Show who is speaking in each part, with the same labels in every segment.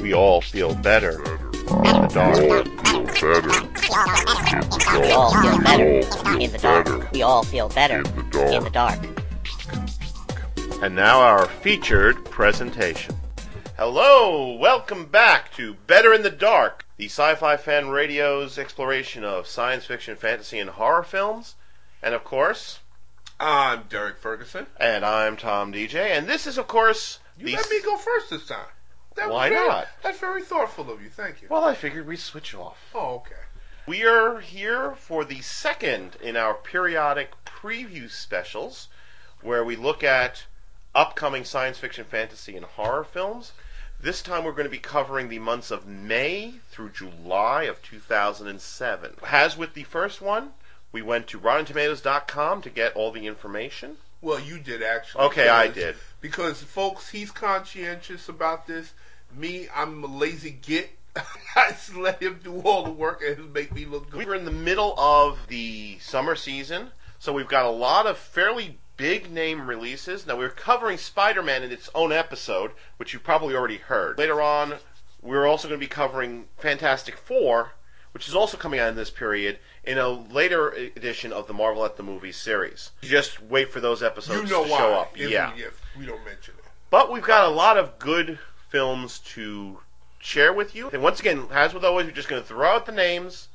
Speaker 1: we all feel better in the dark.
Speaker 2: We all feel better in the dark. We all feel better in the dark.
Speaker 1: And now our featured presentation. Hello, welcome back to Better in the Dark, the Sci-Fi Fan Radio's exploration of science fiction, fantasy, and horror films. And of course,
Speaker 3: I'm Derek Ferguson.
Speaker 1: and I'm Tom DJ, and this is of course
Speaker 3: You
Speaker 1: the
Speaker 3: let me go first this time. That was
Speaker 1: Why
Speaker 3: very-
Speaker 1: not?
Speaker 3: That's very thoughtful of you. Thank you.
Speaker 1: Well, I figured we'd switch off.
Speaker 3: Oh, okay.
Speaker 1: We are here for the second in our periodic preview specials, where we look at upcoming science fiction, fantasy, and horror films. This time we're going to be covering the months of May through July of 2007. As with the first one, we went to RottenTomatoes.com to get all the information.
Speaker 3: Well, you did actually.
Speaker 1: Okay, I
Speaker 3: because-
Speaker 1: did.
Speaker 3: Because, folks, he's conscientious about this. Me, I'm a lazy git. I just let him do all the work and he'll make me look
Speaker 1: We
Speaker 3: good.
Speaker 1: were in the middle of the summer season, so we've got a lot of fairly big name releases. Now we're covering Spider-Man in its own episode, which you probably already heard. Later on, we're also going to be covering Fantastic Four, which is also coming out in this period in a later e-, edition of the Marvel at the Movies series. Just wait for those
Speaker 3: You
Speaker 1: episodes
Speaker 3: know
Speaker 1: to
Speaker 3: why?
Speaker 1: show up.
Speaker 3: If
Speaker 1: yeah.
Speaker 3: We, if we don't mention it.
Speaker 1: But we've got a lot of good films to share with you. And once again, as with always, we're just going to throw out the names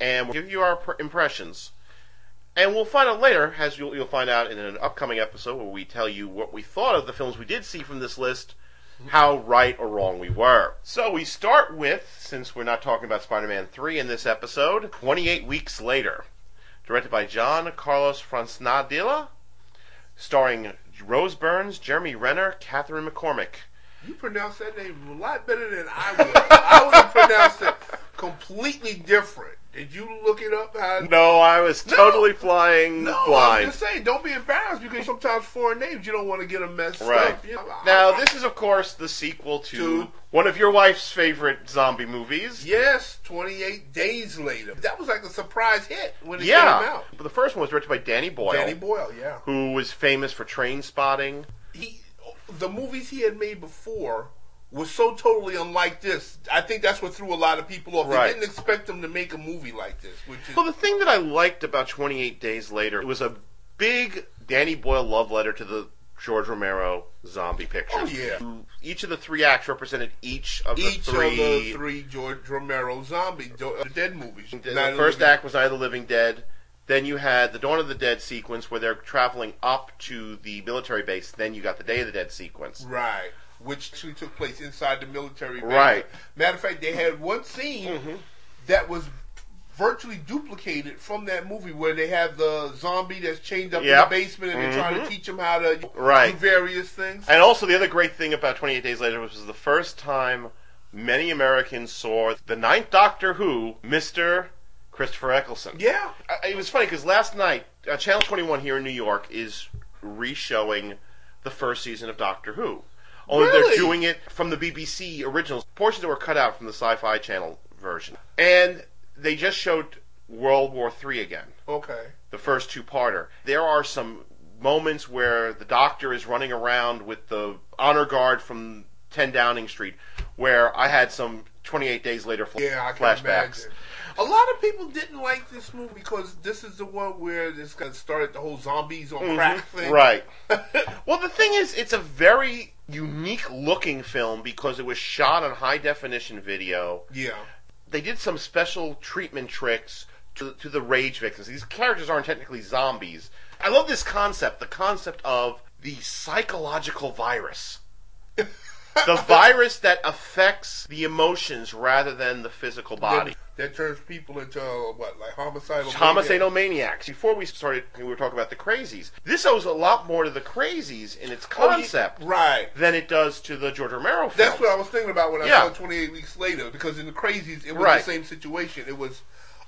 Speaker 1: and we'll give you our pr- impressions. And we'll find out later, as you'll, you'll find out in an upcoming episode where we tell you what we thought of the films we did see from this list, how right or wrong we were. So we start with, since we're not talking about Spider Man 3 in this episode, 28 Weeks Later, directed by John Carlos Francadilla, starring Rose Burns, Jeremy Renner, Catherine McCormick.
Speaker 3: You pronounced that name a lot better than I would. I would have pronounced it completely different. Did you look it up? How
Speaker 1: No, I was totally flying
Speaker 3: No, I'm
Speaker 1: blind.
Speaker 3: just saying, don't be embarrassed because sometimes foreign names you don't want to get them messed
Speaker 1: Right.
Speaker 3: up. You know, I-
Speaker 1: Now, this is, of course, the sequel to
Speaker 3: To-
Speaker 1: one of your wife's favorite zombie movies.
Speaker 3: yes, 28 days later. That was like a surprise hit when it came
Speaker 1: Yeah.
Speaker 3: out.
Speaker 1: But the first one was directed by Danny Boyle,
Speaker 3: Danny Boyle, yeah.
Speaker 1: who was famous for train spotting.
Speaker 3: He, the movies he had made before were so totally unlike this. I think that's what threw a lot of people off.
Speaker 1: Right.
Speaker 3: They didn't expect him to make a movie like this, which is
Speaker 1: Well, the thing that I liked about 28 Days Later, it was a big Danny Boyle love letter to the George Romero zombie pictures.
Speaker 3: Oh, yeah.
Speaker 1: Each of the three acts represented each of
Speaker 3: each
Speaker 1: the three.
Speaker 3: of the three George Romero zombie do- uh, dead movies.
Speaker 1: The,
Speaker 3: Night
Speaker 1: the
Speaker 3: of
Speaker 1: first
Speaker 3: Living-
Speaker 1: act was Night of the Living Dead. Then you had the Dawn of the Dead sequence where they're traveling up to the military base. Then you got the Day of the Dead sequence.
Speaker 3: Right. Which actually took place inside the military. base.
Speaker 1: Right. Mm-hmm.
Speaker 3: Matter of fact, they had one scene that was virtually duplicated from that movie where they have the zombie that's chained up
Speaker 1: Yep. Mm-hmm.
Speaker 3: in the basement and they're trying to teach him how to
Speaker 1: Right.
Speaker 3: do various things.
Speaker 1: And also, the other great thing about 28 Days Later was, it was the first time many Americans saw the ninth Doctor Who, Mr. Christopher Eccleston.
Speaker 3: yeah.
Speaker 1: I- It was funny because last night, uh, Channel 21 here in New York is re-showing the first season of Doctor Who. Only they're
Speaker 3: Really?
Speaker 1: doing it from the BBC originals, portions that were cut out from the Sci-Fi Channel version. And they just showed World War III again,
Speaker 3: Okay.
Speaker 1: the first two-parter. There are some moments where the Doctor is running around with the honor guard from 10 Downing Street, where I had some 28 Days Later fl-
Speaker 3: Yeah, I can
Speaker 1: flashbacks.
Speaker 3: imagine. A lot of people didn't like this movie because this is the one where this guy started the whole zombies on crack
Speaker 1: Mm-hmm.
Speaker 3: thing.
Speaker 1: Right. well, the thing is, it's a very unique looking film because it was shot on high definition video.
Speaker 3: Yeah.
Speaker 1: They did some special treatment tricks to, to the rage victims. These characters aren't technically zombies. I love this concept the concept of the psychological virus. the virus that affects the emotions rather than the physical body.
Speaker 3: That turns people into uh, what, like homicidal? maniacs?
Speaker 1: Homicidal maniacs. Before we started, we were talking about the crazies. This owes a lot more to the crazies in its
Speaker 3: Oh, yeah.
Speaker 1: concept
Speaker 3: Right.
Speaker 1: than it does to the George Romero film.
Speaker 3: That's what I was thinking about when I
Speaker 1: Yeah.
Speaker 3: saw 28 Weeks Later, because in the Crazies, it was
Speaker 1: Right.
Speaker 3: the same situation. It was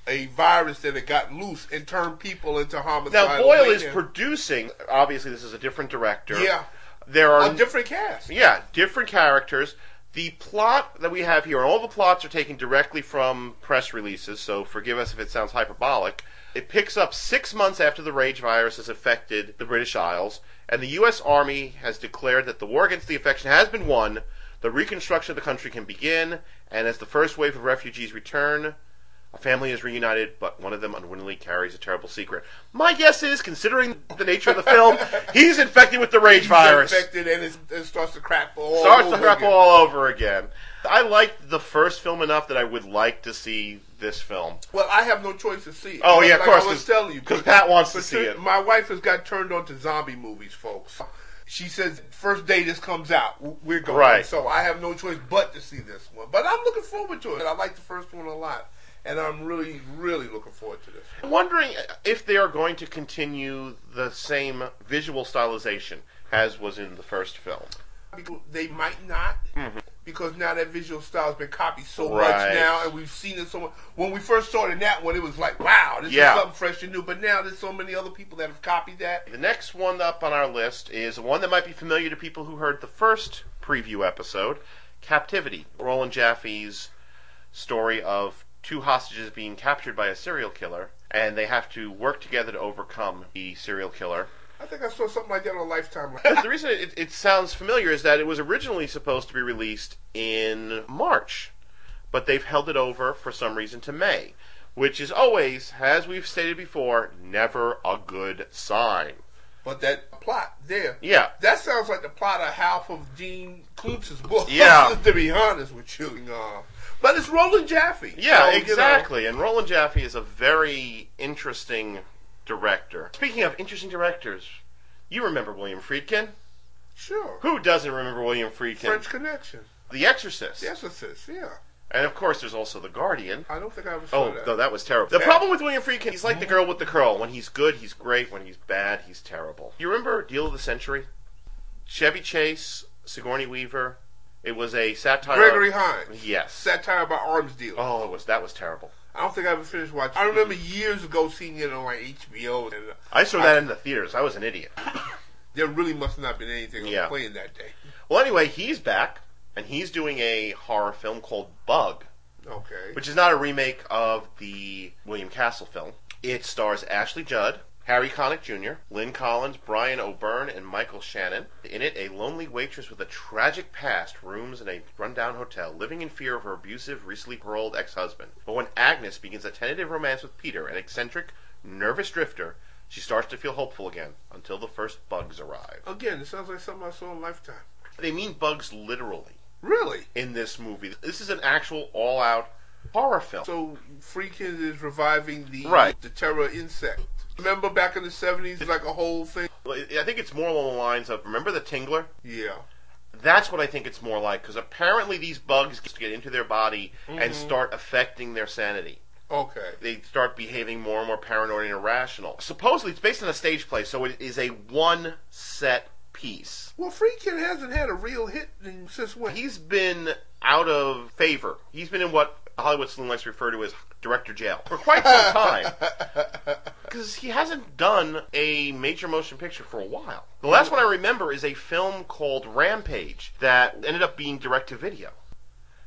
Speaker 3: a virus that had got loose and turned people into homicidal.
Speaker 1: now Boyle is
Speaker 3: maniacs.
Speaker 1: producing. Obviously, this is a different director.
Speaker 3: Yeah.
Speaker 1: there are
Speaker 3: a different cast.
Speaker 1: yeah different characters. The plot that we have here, and all the plots are taken directly from press releases, so forgive us if it sounds hyperbolic. It picks up six months after the rage virus has affected the British Isles, and the U.S. Army has declared that the war against the infection has been won. The reconstruction of the country can begin, and as the first wave of refugees return, a family is reunited, but one of them unwittingly carries a terrible secret. My guess is, considering the nature of the film, he's infected with the rage virus.
Speaker 3: Infected and it's, it starts to crap all
Speaker 1: Starts to
Speaker 3: over
Speaker 1: crap
Speaker 3: again.
Speaker 1: all over again. I liked the first film enough that I would like to see this film.
Speaker 3: Well, I have no choice to see. it.
Speaker 1: Oh,
Speaker 3: Like-
Speaker 1: yeah, of
Speaker 3: like
Speaker 1: course,
Speaker 3: I was
Speaker 1: 'cause-
Speaker 3: telling you
Speaker 1: Because Pat wants to
Speaker 3: But
Speaker 1: see
Speaker 3: tur-
Speaker 1: it.
Speaker 3: My wife has got turned on to zombie movies, folks. She says, first day this comes out, w- we're going.
Speaker 1: Right.
Speaker 3: So I have no choice but to see this one. But I'm looking forward to it. I like the first one a lot. And I'm really, really looking forward to this.
Speaker 1: I'm wondering if they are going to continue the same visual stylization as was in the first film.
Speaker 3: Because they might not, because now that visual style has been copied so
Speaker 1: Mm-hmm. Right.
Speaker 3: much now, and we've seen it so much. When we first saw it in that one, it was like, wow, this
Speaker 1: Yeah.
Speaker 3: is something fresh and new. But now there's so many other people that have copied that.
Speaker 1: The next one up on our list is one that might be familiar to people who heard the first preview episode Captivity. Roland Jaffe's story of two hostages being captured by a serial killer, and they have to work together to overcome the serial killer.
Speaker 3: I think I saw something like that on Lifetime.
Speaker 1: the reason it, it sounds familiar is that it was originally supposed to be released in March, but they've held it over for some reason to May, which is always, as we've stated before, never a good sign.
Speaker 3: But that plot there.
Speaker 1: Yeah.
Speaker 3: That sounds like the plot of half of Gene Klutz's book.
Speaker 1: Yeah.
Speaker 3: to be honest with you. Uh, but it's Roland Jaffe. So,
Speaker 1: Yeah,
Speaker 3: you know,
Speaker 1: exactly. And Roland Jaffe is a very interesting director. Speaking of interesting directors, you remember William Friedkin?
Speaker 3: sure.
Speaker 1: Who doesn't remember William Friedkin?
Speaker 3: French Connection.
Speaker 1: The Exorcist.
Speaker 3: The Exorcist, yeah.
Speaker 1: And of course, there's also The Guardian.
Speaker 3: I don't think I ever saw
Speaker 1: Oh,
Speaker 3: that.
Speaker 1: no, that was terrible. Mm-hmm. The
Speaker 3: Yeah.
Speaker 1: problem with William Friedkin, he's like the girl with the curl. When he's good, he's great. When he's bad, he's terrible. You remember Deal of the Century? Chevy Chase, Sigourney Weaver. It was a satire.
Speaker 3: Gregory Hines.
Speaker 1: Yes.
Speaker 3: Satire by Arms Dealer.
Speaker 1: Oh, it was that was terrible.
Speaker 3: I don't think I ever finished watching. I remember years ago seeing it on like HBO, and uh,
Speaker 1: I saw that in the theaters. I was an idiot.
Speaker 3: there really must not been anything
Speaker 1: Yeah.
Speaker 3: on playing that day.
Speaker 1: Well, anyway, he's back and he's doing a horror film called Bug,
Speaker 3: Okay.
Speaker 1: which is not a remake of the William Castle film. It stars Ashley Judd, Harry Connick Jr., Lynn Collins, Brian O'Byrne, and Michael Shannon. In it, a lonely waitress with a tragic past rooms in a rundown hotel, living in fear of her abusive, recently paroled ex-husband. But when Agnes begins a tentative romance with Peter, an eccentric, nervous drifter, she starts to feel hopeful again until the first bugs arrive.
Speaker 3: Again, it sounds like something I saw in Lifetime.
Speaker 1: They mean bugs literally
Speaker 3: Really?
Speaker 1: in this movie. This is an actual all-out horror film.
Speaker 3: So Freakin is reviving the
Speaker 1: Right.
Speaker 3: the terror insect. Remember back in the seventies, like a whole thing.
Speaker 1: I think it's more along the lines of remember the Tingler.
Speaker 3: Yeah.
Speaker 1: That's what I think it's more like because apparently these bugs get into their body and start affecting their sanity.
Speaker 3: Okay.
Speaker 1: They start behaving more and more paranoid and irrational. Supposedly, it's based on a stage play, so it is a one set piece.
Speaker 3: Well, Freakin hasn't had a real hit in, since when?
Speaker 1: He's been out of favor. He's been in what Hollywood Slim likes to refer to as director jail for quite some time. Because he hasn't done a major motion picture for a while. The last one I remember is a film called Rampage that ended up being direct to video.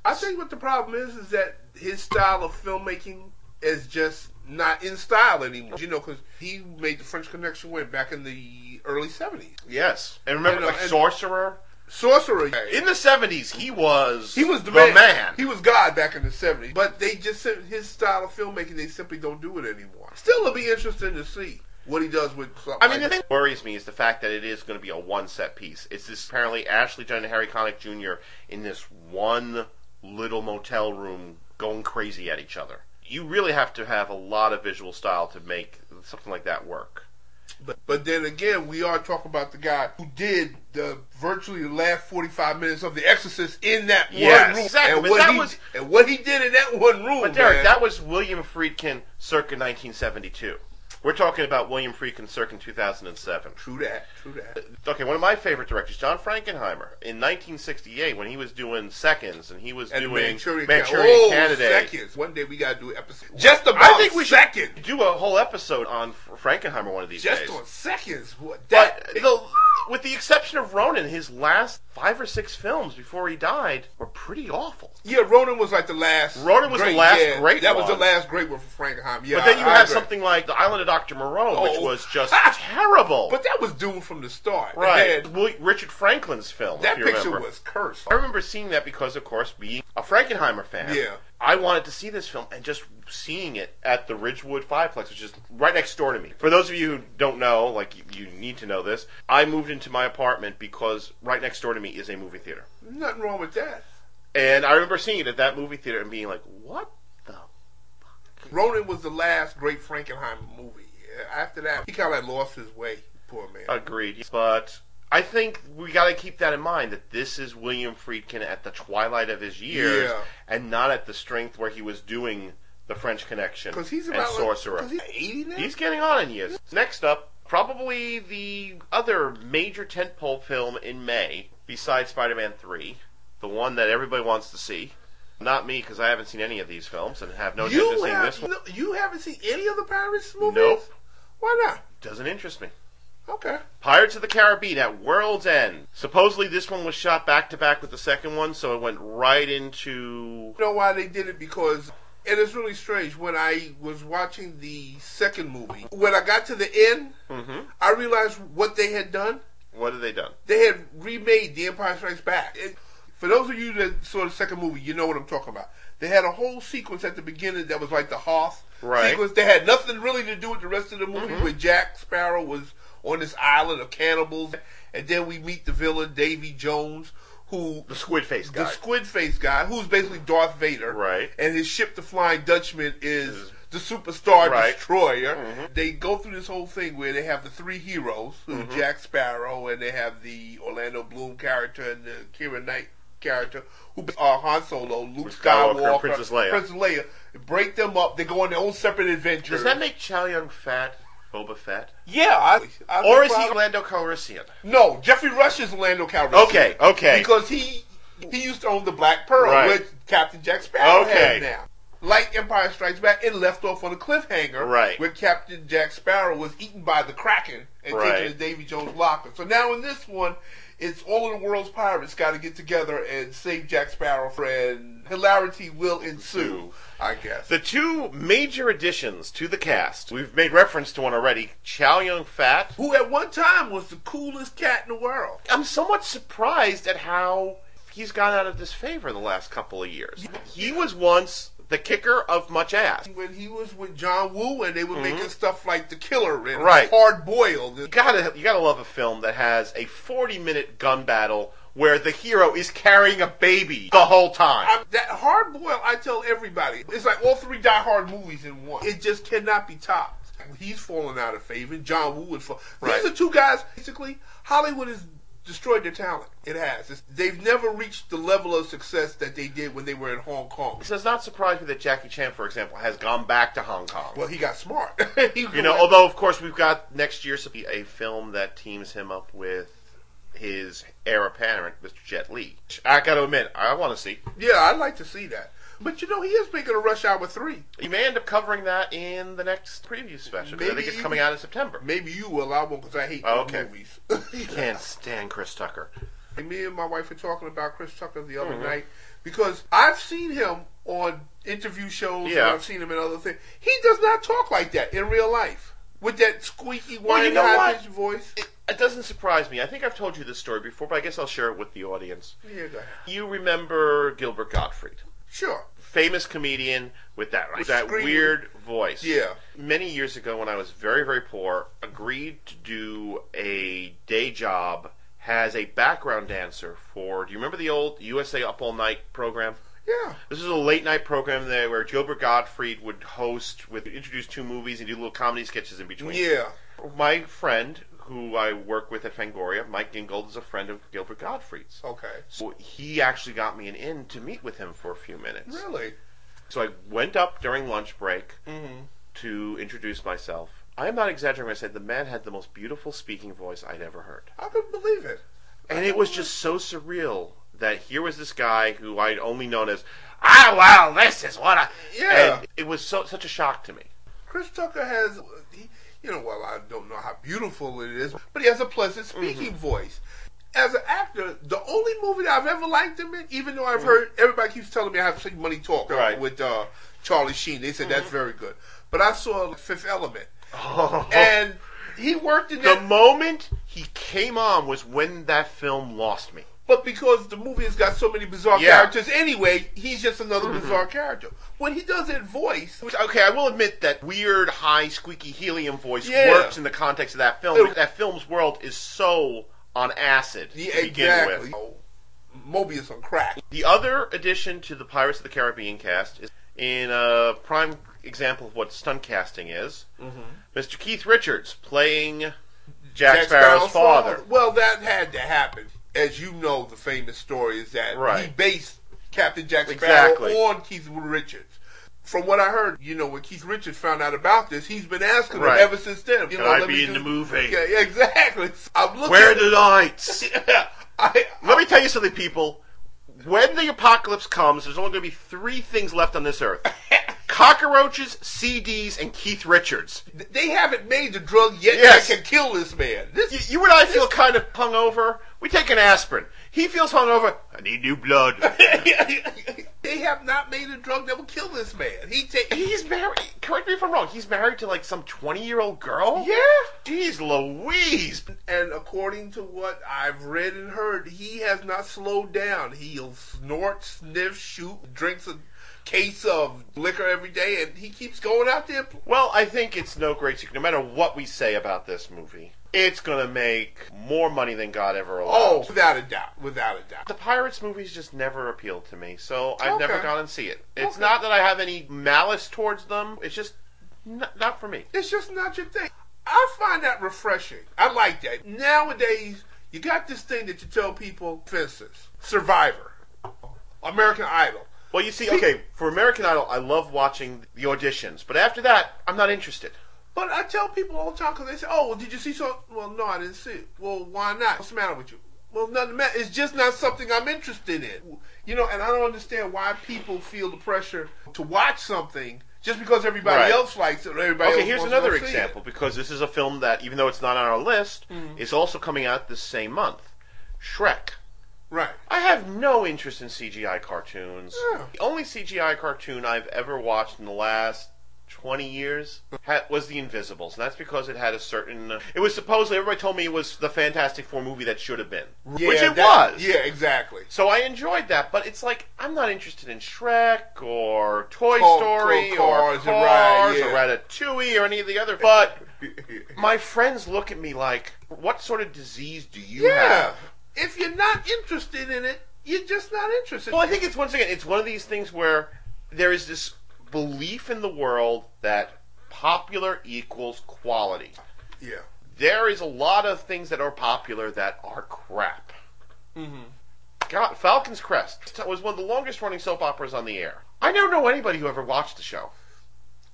Speaker 3: I think what the problem is is that his style of filmmaking is just not in style anymore. You know, because he made the French Connection win back in the early seventies.
Speaker 1: Yes. And remember,
Speaker 3: You know,
Speaker 1: like,
Speaker 3: and-
Speaker 1: Sorcerer?
Speaker 3: Sorcerer.
Speaker 1: In the 70s, he was.
Speaker 3: He was the, man. He was God back in the seventies. But they just his style of filmmaking. They simply don't do it anymore. Still, it'll be interesting to see what he does with. Something
Speaker 1: I mean, the
Speaker 3: like
Speaker 1: thing that worries me is the fact that it is going to be a one set piece. It's this apparently Ashley Judd and Harry Connick Jr. in this one little motel room going crazy at each other. You really have to have a lot of visual style to make something like that work.
Speaker 3: But, but then again, we are talking about the guy who did the virtually the last 45 minutes of The Exorcist in that
Speaker 1: Yes,
Speaker 3: one room.
Speaker 1: exactly,
Speaker 3: And
Speaker 1: but
Speaker 3: what,
Speaker 1: that
Speaker 3: he,
Speaker 1: was-
Speaker 3: and what he did in that one room.
Speaker 1: But Derek,
Speaker 3: Oh, man.
Speaker 1: that was William Friedkin circa 1972. We're talking about William Friedkin circa 2007.
Speaker 3: True that. True that.
Speaker 1: Okay, one of my favorite directors, John Frankenheimer, in 1968 when he was doing Seconds and he was
Speaker 3: And
Speaker 1: doing
Speaker 3: Manchurian,
Speaker 1: Manchurian
Speaker 3: oh,
Speaker 1: Candidate.
Speaker 3: Seconds. One day we got to do an episode. Just about I think we
Speaker 1: should
Speaker 3: seconds.
Speaker 1: do a whole episode on Fr- Frankenheimer one of these
Speaker 3: Just
Speaker 1: days.
Speaker 3: on seconds. What,
Speaker 1: but
Speaker 3: that,
Speaker 1: the, with the exception of Ronan, his last five or six films before he died were pretty awful.
Speaker 3: Yeah, Ronan was like the last.
Speaker 1: Ronan was the last
Speaker 3: yeah,
Speaker 1: great
Speaker 3: That was
Speaker 1: one.
Speaker 3: the last great one for Frankenheim. Yeah,
Speaker 1: But then you
Speaker 3: I
Speaker 1: have
Speaker 3: agree.
Speaker 1: something like The Island of Dr. Moreau, which
Speaker 3: Oh.
Speaker 1: was just terrible.
Speaker 3: But that was doomed from the start.
Speaker 1: right.
Speaker 3: And
Speaker 1: Wil- Richard Franklin's film,
Speaker 3: that
Speaker 1: if you
Speaker 3: picture
Speaker 1: remember.
Speaker 3: was cursed.
Speaker 1: I remember seeing that because, of course, being a Frankenheimer fan,
Speaker 3: Yeah.
Speaker 1: I wanted to see this film and just seeing it at the Ridgewood Fireplex, which is right next door to me. For those of you who don't know, like you- you need to know this, I moved into my apartment because right next door to me is a movie theater,
Speaker 3: Nothing wrong with that.
Speaker 1: and I remember seeing it at that movie theater and being like, "What the?"
Speaker 3: Ronan was the last great Frankenheimer movie. Yeah, After that, he kind of lost his way. Poor man.
Speaker 1: Uh, Agreed, but. I think we got to keep that in mind that this is William Friedkin at the twilight of his years
Speaker 3: Yeah.
Speaker 1: and not at the strength where he was doing the French Connection
Speaker 3: Because he's
Speaker 1: and
Speaker 3: about
Speaker 1: Sorcerer.
Speaker 3: Because he's eighty now.
Speaker 1: He's getting on in years. Next up, probably the other major tentpole film in May, besides Spider-Man 3, the one that everybody wants to see. Not me, because I haven't seen any of these films and have no interest in
Speaker 3: you
Speaker 1: seeing
Speaker 3: have
Speaker 1: this one.
Speaker 3: no- you haven't seen any of the Pirates movies?
Speaker 1: Nope.
Speaker 3: Why not?
Speaker 1: Doesn't interest me.
Speaker 3: Okay.
Speaker 1: Pirates of the Caribbean at World's End. Supposedly this one was shot back to back with the second one, so it went right into.
Speaker 3: You know why they did it? Because it is really strange. When I was watching the second movie, when I got to the end,
Speaker 1: hmm
Speaker 3: I realized what they had done.
Speaker 1: What have they done?
Speaker 3: They had remade The Empire Strikes Back. It- for those of you that saw the second movie, you know what I'm talking about. They had a whole sequence at the beginning that was like the Hoth
Speaker 1: Right. Mm-hmm.
Speaker 3: sequence. They had nothing really to do with the rest of the movie, where Jack Sparrow was on this island of cannibals, and then we meet the villain Davy Jones, who
Speaker 1: The Squid Face guy.
Speaker 3: the squid face guy, who's basically Darth Vader,
Speaker 1: Right.
Speaker 3: And his ship, the Flying Dutchman, is the superstar
Speaker 1: Right. Mm-hmm.
Speaker 3: destroyer. They go through this whole thing where they have the three heroes, who
Speaker 1: Mm-hmm.
Speaker 3: are Jack Sparrow, and they have the Orlando Bloom character and the Kira Knight character, who are Han Solo, Luke
Speaker 1: Skywalker,
Speaker 3: Skywalker,
Speaker 1: Princess Leia.
Speaker 3: Princess Leia. Break them up. They go on their own separate adventures.
Speaker 1: Does that make Chow Yun Fat Boba Fett?
Speaker 3: yeah. I, I
Speaker 1: Or is
Speaker 3: think
Speaker 1: he
Speaker 3: I-
Speaker 1: Orlando Calrissian?
Speaker 3: No, Jeffrey Rush is Orlando Calrissian.
Speaker 1: Okay, okay.
Speaker 3: Because he he used to own the Black Pearl,
Speaker 1: Right.
Speaker 3: which Captain Jack Sparrow
Speaker 1: Okay.
Speaker 3: has now. Like Empire Strikes Back, it left off on a cliffhanger
Speaker 1: Right.
Speaker 3: where Captain Jack Sparrow was eaten by the Kraken and
Speaker 1: Right.
Speaker 3: taken to Davy Jones' locker. So now in this one, it's all of the world's pirates got to get together and save Jack Sparrow, and hilarity will ensue, I guess.
Speaker 1: The two major additions to the cast, we've made reference to one already, Chow Yun Fat.
Speaker 3: Who at one time was the coolest cat in the world.
Speaker 1: I'm somewhat surprised at how he's gone out of disfavor the last couple of years. He was once the kicker of much ass.
Speaker 3: when he was with John Woo and they were making stuff like The Killer and
Speaker 1: Mm-hmm. Right.
Speaker 3: Hard Boiled.
Speaker 1: You gotta, you gotta love a film that has a 40 minute gun battle where the hero is carrying a baby the whole time.
Speaker 3: I, that Hard Boiled, I tell everybody, it's like all three Die Hard movies in one. It just cannot be topped. He's fallen out of favor. John Woo would fall.
Speaker 1: Right.
Speaker 3: These are two guys. Basically, Hollywood has destroyed their talent. It has. It's, they've never reached the level of success that they did when they were in Hong Kong.
Speaker 1: So it's not surprising that Jackie Chan, for example, has gone back to Hong Kong.
Speaker 3: Well, he got smart. He
Speaker 1: You know,
Speaker 3: went-
Speaker 1: although of course we've got next year's a film that teams him up with his heir apparent, Mr. Jet Li. I got to admit, I want to see.
Speaker 3: yeah, I'd like to see that. But you know, he is making a Rush Hour three.
Speaker 1: You may end up covering that in the next preview special. 'cause I think
Speaker 3: Maybe
Speaker 1: it's
Speaker 3: you-
Speaker 1: coming out in September.
Speaker 3: Maybe you will. I won't because I hate
Speaker 1: Oh, Okay.
Speaker 3: movies.
Speaker 1: Can't stand Chris Tucker.
Speaker 3: And me and my wife were talking about Chris Tucker the other
Speaker 1: Mm-hmm.
Speaker 3: night because I've seen him on interview shows and
Speaker 1: Yeah.
Speaker 3: I've seen him in other things. He does not talk like that in real life with that squeaky,
Speaker 1: Well, you
Speaker 3: whiny,
Speaker 1: know what?
Speaker 3: high-pitched voice.
Speaker 1: It, it doesn't surprise me. I think I've told you this story before, but I guess I'll share it with the audience.
Speaker 3: Yeah, go ahead.
Speaker 1: You remember Gilbert Gottfried,
Speaker 3: Sure.
Speaker 1: famous comedian with that
Speaker 3: With
Speaker 1: that
Speaker 3: scream-
Speaker 1: weird voice.
Speaker 3: Yeah.
Speaker 1: many years ago when I was very, very poor, agreed to do a day job as a background dancer for. Do you remember the old USA Up All Night program?
Speaker 3: Yeah.
Speaker 1: This is a late night program there where Gilbert Gottfried would host, with introduce two movies and do little comedy sketches in between.
Speaker 3: Yeah.
Speaker 1: My friend, who I work with at Fangoria, Mike Gingold, is a friend of Gilbert Gottfried's.
Speaker 3: Okay.
Speaker 1: So he actually got me an in to meet with him for a few minutes.
Speaker 3: Really?
Speaker 1: So I went up during lunch break
Speaker 3: Mm-hmm.
Speaker 1: to introduce myself. I am not exaggerating when I said the man had the most beautiful speaking voice I'd ever heard.
Speaker 3: I couldn't believe it.
Speaker 1: And it was just so surreal that here was this guy who I'd only known as, ah, well, this is what I.
Speaker 3: Yeah.
Speaker 1: And it was so, such a shock to me.
Speaker 3: Chris Tucker has,
Speaker 1: Mm-hmm.
Speaker 3: he, you know, well, I don't know how beautiful it is, but he has a pleasant speaking voice. as an actor, the only movie that I've ever liked him in, even though I've heard everybody keeps telling me I have to see Money Talk uh,
Speaker 1: Mm-hmm. Right. Mm-hmm.
Speaker 3: with uh, Charlie Sheen. They said that's very good, but I saw Fifth Element,
Speaker 1: and
Speaker 3: and he worked in
Speaker 1: the
Speaker 3: that.
Speaker 1: moment he came on was when that film lost me.
Speaker 3: But because the movie has got so many bizarre
Speaker 1: Yeah. Mm-hmm.
Speaker 3: characters anyway, he's just another bizarre character. When he does that voice,
Speaker 1: Which, okay, I will admit that weird, high, squeaky helium voice
Speaker 3: Yeah.
Speaker 1: works in the context of that film.
Speaker 3: It-
Speaker 1: that film's world is so on acid
Speaker 3: yeah,
Speaker 1: to begin
Speaker 3: exactly.
Speaker 1: with.
Speaker 3: Oh, Mobius on crack.
Speaker 1: The other addition to the Pirates of the Caribbean cast is in a prime example of what stunt casting is. Mr. Keith Richards playing Jack,
Speaker 3: Jack
Speaker 1: Sparrow's
Speaker 3: Sparrow's
Speaker 1: father.
Speaker 3: Well, that had to happen. As you know, the famous story is that he
Speaker 1: Right.
Speaker 3: based Captain Jack Sparrow
Speaker 1: Exactly.
Speaker 3: on Keith Richards. From what I heard, you know, when Keith Richards found out about this, he's been asking
Speaker 1: Right.
Speaker 3: him ever since then. You
Speaker 1: Can
Speaker 3: know,
Speaker 1: I
Speaker 3: let
Speaker 1: be
Speaker 3: me
Speaker 1: in
Speaker 3: do-
Speaker 1: the movie?
Speaker 3: Yeah, yeah, exactly. I'm looking.
Speaker 1: Where are the lights?
Speaker 3: Yeah, I,
Speaker 1: Let me tell you something, people. When the apocalypse comes, there's only going to be three things left on this earth cockroaches, CDs, and Keith Richards.
Speaker 3: they haven't made the drug yet
Speaker 1: Yes.
Speaker 3: that can kill this man. This
Speaker 1: You, you and I feel kind of hungover. We take an aspirin. He feels hungover. I need new blood.
Speaker 3: they have not made a drug that will kill this man. He take
Speaker 1: He's married. Correct me if I'm wrong. He's married to like some 20 year old girl?
Speaker 3: yeah.
Speaker 1: Jeez Louise.
Speaker 3: And according to what I've read and heard, he has not slowed down. He'll snort, sniff, shoot, drinks a case of liquor every day, and he keeps going out there.
Speaker 1: Well, I think it's no great secret. No matter what we say about this movie, it's going to make more money than God ever allowed.
Speaker 3: Oh, without a doubt, without a doubt.
Speaker 1: The Pirates movies just never appealed to me, so I've
Speaker 3: Okay.
Speaker 1: never gone and see it. It's
Speaker 3: Okay.
Speaker 1: not that I have any malice towards them. It's just n- not for me.
Speaker 3: It's just not your thing. I find that refreshing. I like that. Nowadays, you got this thing that you tell people, fences, Survivor, American Idol.
Speaker 1: Well, you see, okay, for American Idol, I love watching the auditions, but after that, I'm not interested.
Speaker 3: But I tell people all the time because they say, "Oh, well, did you see so?" Well, no, I didn't see it. Well, why not? What's the matter with you? Well, nothing matter. It's just not something I'm interested in. You know, and I don't understand why people feel the pressure to watch something just because everybody
Speaker 1: Right.
Speaker 3: else likes it. Or everybody
Speaker 1: Okay,
Speaker 3: else
Speaker 1: here's
Speaker 3: wants to go
Speaker 1: another
Speaker 3: see it.
Speaker 1: example because this is a film that, even though it's not on our list,
Speaker 3: Mm.
Speaker 1: is also coming out this same month. Shrek.
Speaker 3: Right.
Speaker 1: I have no interest in CGI cartoons.
Speaker 3: Yeah.
Speaker 1: The only CGI cartoon I've ever watched in the last 20 years ha- was The Invisibles, and that's because it had a certain. it was supposedly, everybody told me it was the Fantastic Four movie that should have been. which it
Speaker 3: that-
Speaker 1: was.
Speaker 3: Yeah, exactly.
Speaker 1: So I enjoyed that, but it's like I'm not interested in Shrek or Toy
Speaker 3: Call-
Speaker 1: Story
Speaker 3: call
Speaker 1: or
Speaker 3: Cars and
Speaker 1: Cars
Speaker 3: Ride,
Speaker 1: or
Speaker 3: yeah.
Speaker 1: Ratatouille or any of the other. But my friends look at me like, "What sort of disease do you
Speaker 3: yeah.
Speaker 1: have?"
Speaker 3: If you're not interested in it, you're just not interested.
Speaker 1: Well, I think it's once again, it's one of these things where there is this belief in the world that popular equals quality.
Speaker 3: yeah.
Speaker 1: There is a lot of things that are popular that are crap.
Speaker 3: Mm-hmm.
Speaker 1: God, Falcon's Crest was one of the longest running soap operas on the air. I never know anybody who ever watched the show.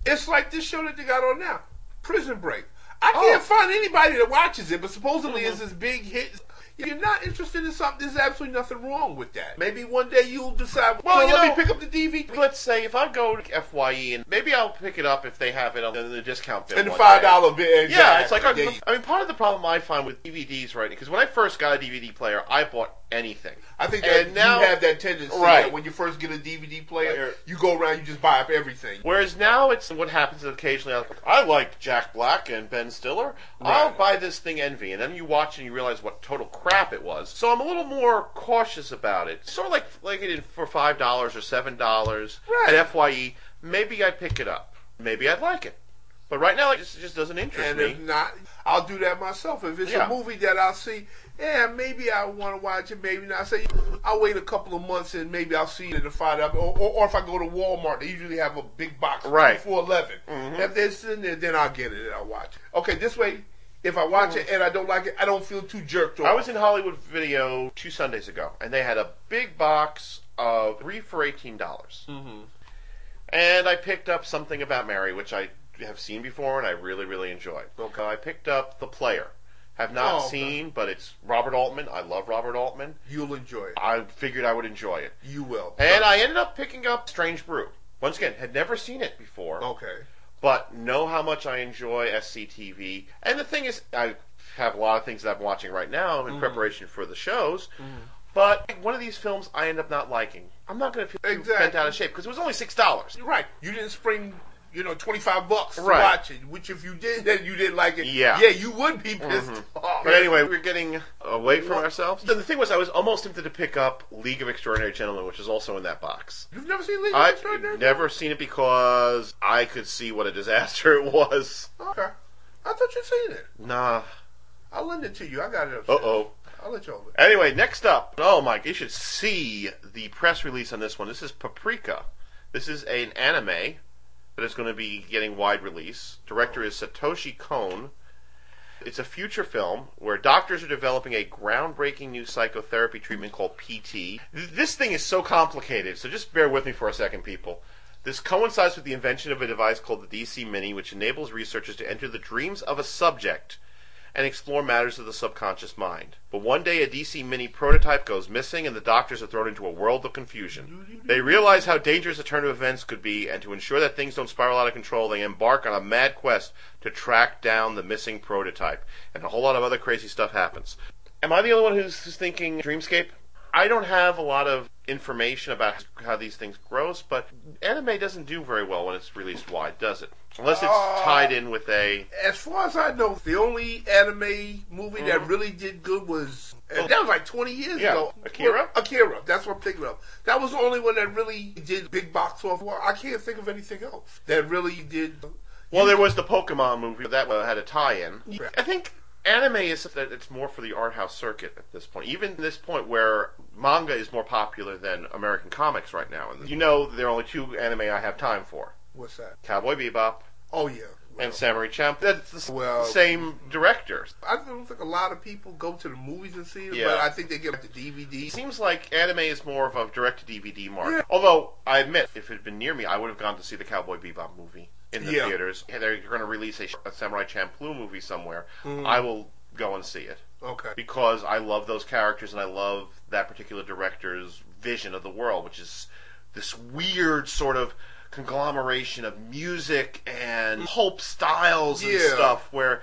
Speaker 3: It's like this show that they got on now, Prison Break. I can't
Speaker 1: Oh. Mm-hmm.
Speaker 3: find anybody that watches it, but supposedly it's this big hit. If you're not interested in something, there's absolutely nothing wrong with that. Maybe one day you'll decide, well,
Speaker 1: Well, you
Speaker 3: let
Speaker 1: know-
Speaker 3: me pick up the DVD
Speaker 1: Let's say if I go to FYE and maybe I'll pick it up if they have it on the, the discount bin.
Speaker 3: and the
Speaker 1: one
Speaker 3: five
Speaker 1: day.
Speaker 3: dollar bid.
Speaker 1: Yeah, it's like
Speaker 3: Exactly.
Speaker 1: I, I mean, part of the problem I find with DVDs right because when I first got a DVD player, I bought anything.
Speaker 3: I think that
Speaker 1: and now-
Speaker 3: you have that tendency
Speaker 1: Right.
Speaker 3: that when you first get a DVD player,
Speaker 1: Right.
Speaker 3: you go around, you just buy up everything.
Speaker 1: Whereas now it's what happens occasionally. I'm like, I like Jack Black and Ben Stiller. I'll
Speaker 3: Right.
Speaker 1: buy this thing Envy, and then you watch and you realize what total crap it was. So I'm a little more cautious about it. Sort of like like it for five dollars or seven dollars
Speaker 3: Right.
Speaker 1: at Fye. Maybe I'd pick it up. Maybe I'd like it. But right now, it just, it just doesn't interest
Speaker 3: And
Speaker 1: me.
Speaker 3: if not, I'll do that myself. If it's
Speaker 1: Yeah.
Speaker 3: a movie that I'll see, yeah, maybe I want to watch it, maybe not. I say I'll wait a couple of months and maybe I'll see it in the five dollar. Or, or, or if I go to Walmart, they usually have a big box
Speaker 1: Right.
Speaker 3: for 11
Speaker 1: Mhm.
Speaker 3: If they're sitting there, then I'll get it and I'll watch it. Okay, this way, if I watch it and I don't like it, I don't feel too jerked off.
Speaker 1: Mm-hmm. I was in Hollywood Video two Sundays ago, and they had a big box of three for eighteen dollars.
Speaker 3: Mhm.
Speaker 1: And I picked up something about Mary, which I have seen before, and I really, really enjoyed.
Speaker 3: Okay.
Speaker 1: I picked up The Player. Have not
Speaker 3: Oh, okay.
Speaker 1: seen, but it's Robert Altman. I love Robert Altman.
Speaker 3: You'll enjoy it.
Speaker 1: I figured I would enjoy it,
Speaker 3: You will.
Speaker 1: and I ended up picking up Strange Brew. Once again, had never seen it
Speaker 3: Oh.
Speaker 1: before
Speaker 3: okay.
Speaker 1: but know how much I enjoy SCTV. And the thing is, I have a lot of things that I'm watching right now
Speaker 3: Mm-hmm.
Speaker 1: in preparation for the shows.
Speaker 3: Mhm.
Speaker 1: But one of these films I end up not liking. I'm not going to feel too
Speaker 3: Exactly.
Speaker 1: bent out of shape because it was only six dollars.
Speaker 3: You're right. You didn't spring, you know, twenty five bucks to
Speaker 1: Right.
Speaker 3: watch it. Which if you did, then you didn't like it.
Speaker 1: Yeah. Mm-hmm.
Speaker 3: yeah, you would be pissed off.
Speaker 1: But anyway, we're getting away from
Speaker 3: Well-
Speaker 1: ourselves. The, the thing was, I was almost tempted to pick up League of Extraordinary Gentlemen, which is also in that box.
Speaker 3: you've never seen League of
Speaker 1: I've
Speaker 3: Extraordinary.
Speaker 1: never seen it because I could see what a disaster it was.
Speaker 3: Okay, I thought you'd seen it.
Speaker 1: Nah.
Speaker 3: I'll lend it to you. I got it.
Speaker 1: Uh
Speaker 3: upstairs.
Speaker 1: oh.
Speaker 3: I'll let you hold it.
Speaker 1: Anyway, next up. Oh my! You should see the press release on this one. This is Paprika. This is an anime that is going to be getting wide release. Director is Satoshi Kon. It's a future film where doctors are developing a groundbreaking new psychotherapy treatment called PT. Th- This thing is so complicated, so just bear with me for a second, people. This coincides with the invention of a device called the DC Mini, which enables researchers to enter the dreams of a subject and explore matters of the subconscious mind. But one day, a DC Mini prototype goes missing, and the doctors are thrown into a world of confusion. They realize how dangerous a turn of events could be, and to ensure that things don't spiral out of control, they embark on a mad quest to track down the missing prototype. And a whole lot of other crazy stuff happens. Am I the only one who's, who's thinking Dreamscape? I don't have a lot of information about how these things gross, but anime doesn't do very well when it's released wide, does it? Unless it's
Speaker 3: Uh,
Speaker 1: tied in with a
Speaker 3: As far as I know, the only anime movie that really did good was and that was like 20
Speaker 1: Mm-hmm. Oh.
Speaker 3: years
Speaker 1: Yeah,
Speaker 3: ago.
Speaker 1: Akira?
Speaker 3: Akira. That's what I'm thinking of. That was the only one that really did big box office. Well, I can't think of anything else that really did.
Speaker 1: Well, there was the Pokemon movie that uh, had a tie-in.
Speaker 3: Yeah.
Speaker 1: I think anime is something that it's more for the art house circuit at this point. Even this point where manga is more popular than American comics right now. And you know, there are only two anime I have time for:
Speaker 3: What's that?
Speaker 1: Cowboy Bebop
Speaker 3: Oh yeah. Well,
Speaker 1: and Samurai Champloo. That's the s-
Speaker 3: Well-
Speaker 1: same director.
Speaker 3: I don't think a lot of people go to the movies and see it,
Speaker 1: Yeah.
Speaker 3: but I think they get like, the
Speaker 1: It
Speaker 3: DVDs.
Speaker 1: seems like anime is more of a direct-to-DVD market.
Speaker 3: Yeah.
Speaker 1: Although I admit, if it had been near me, I would have gone to see the Cowboy Bebop movie in the
Speaker 3: Yeah.
Speaker 1: theaters. And they're going to release a, sh- a Samurai Champloo movie somewhere.
Speaker 3: Hmm.
Speaker 1: I will go and see it.
Speaker 3: Mm-hmm. Okay.
Speaker 1: because I love those characters and I love that particular director's vision of the world, which is this weird sort of conglomeration of music and hope styles and
Speaker 3: Yeah.
Speaker 1: stuff where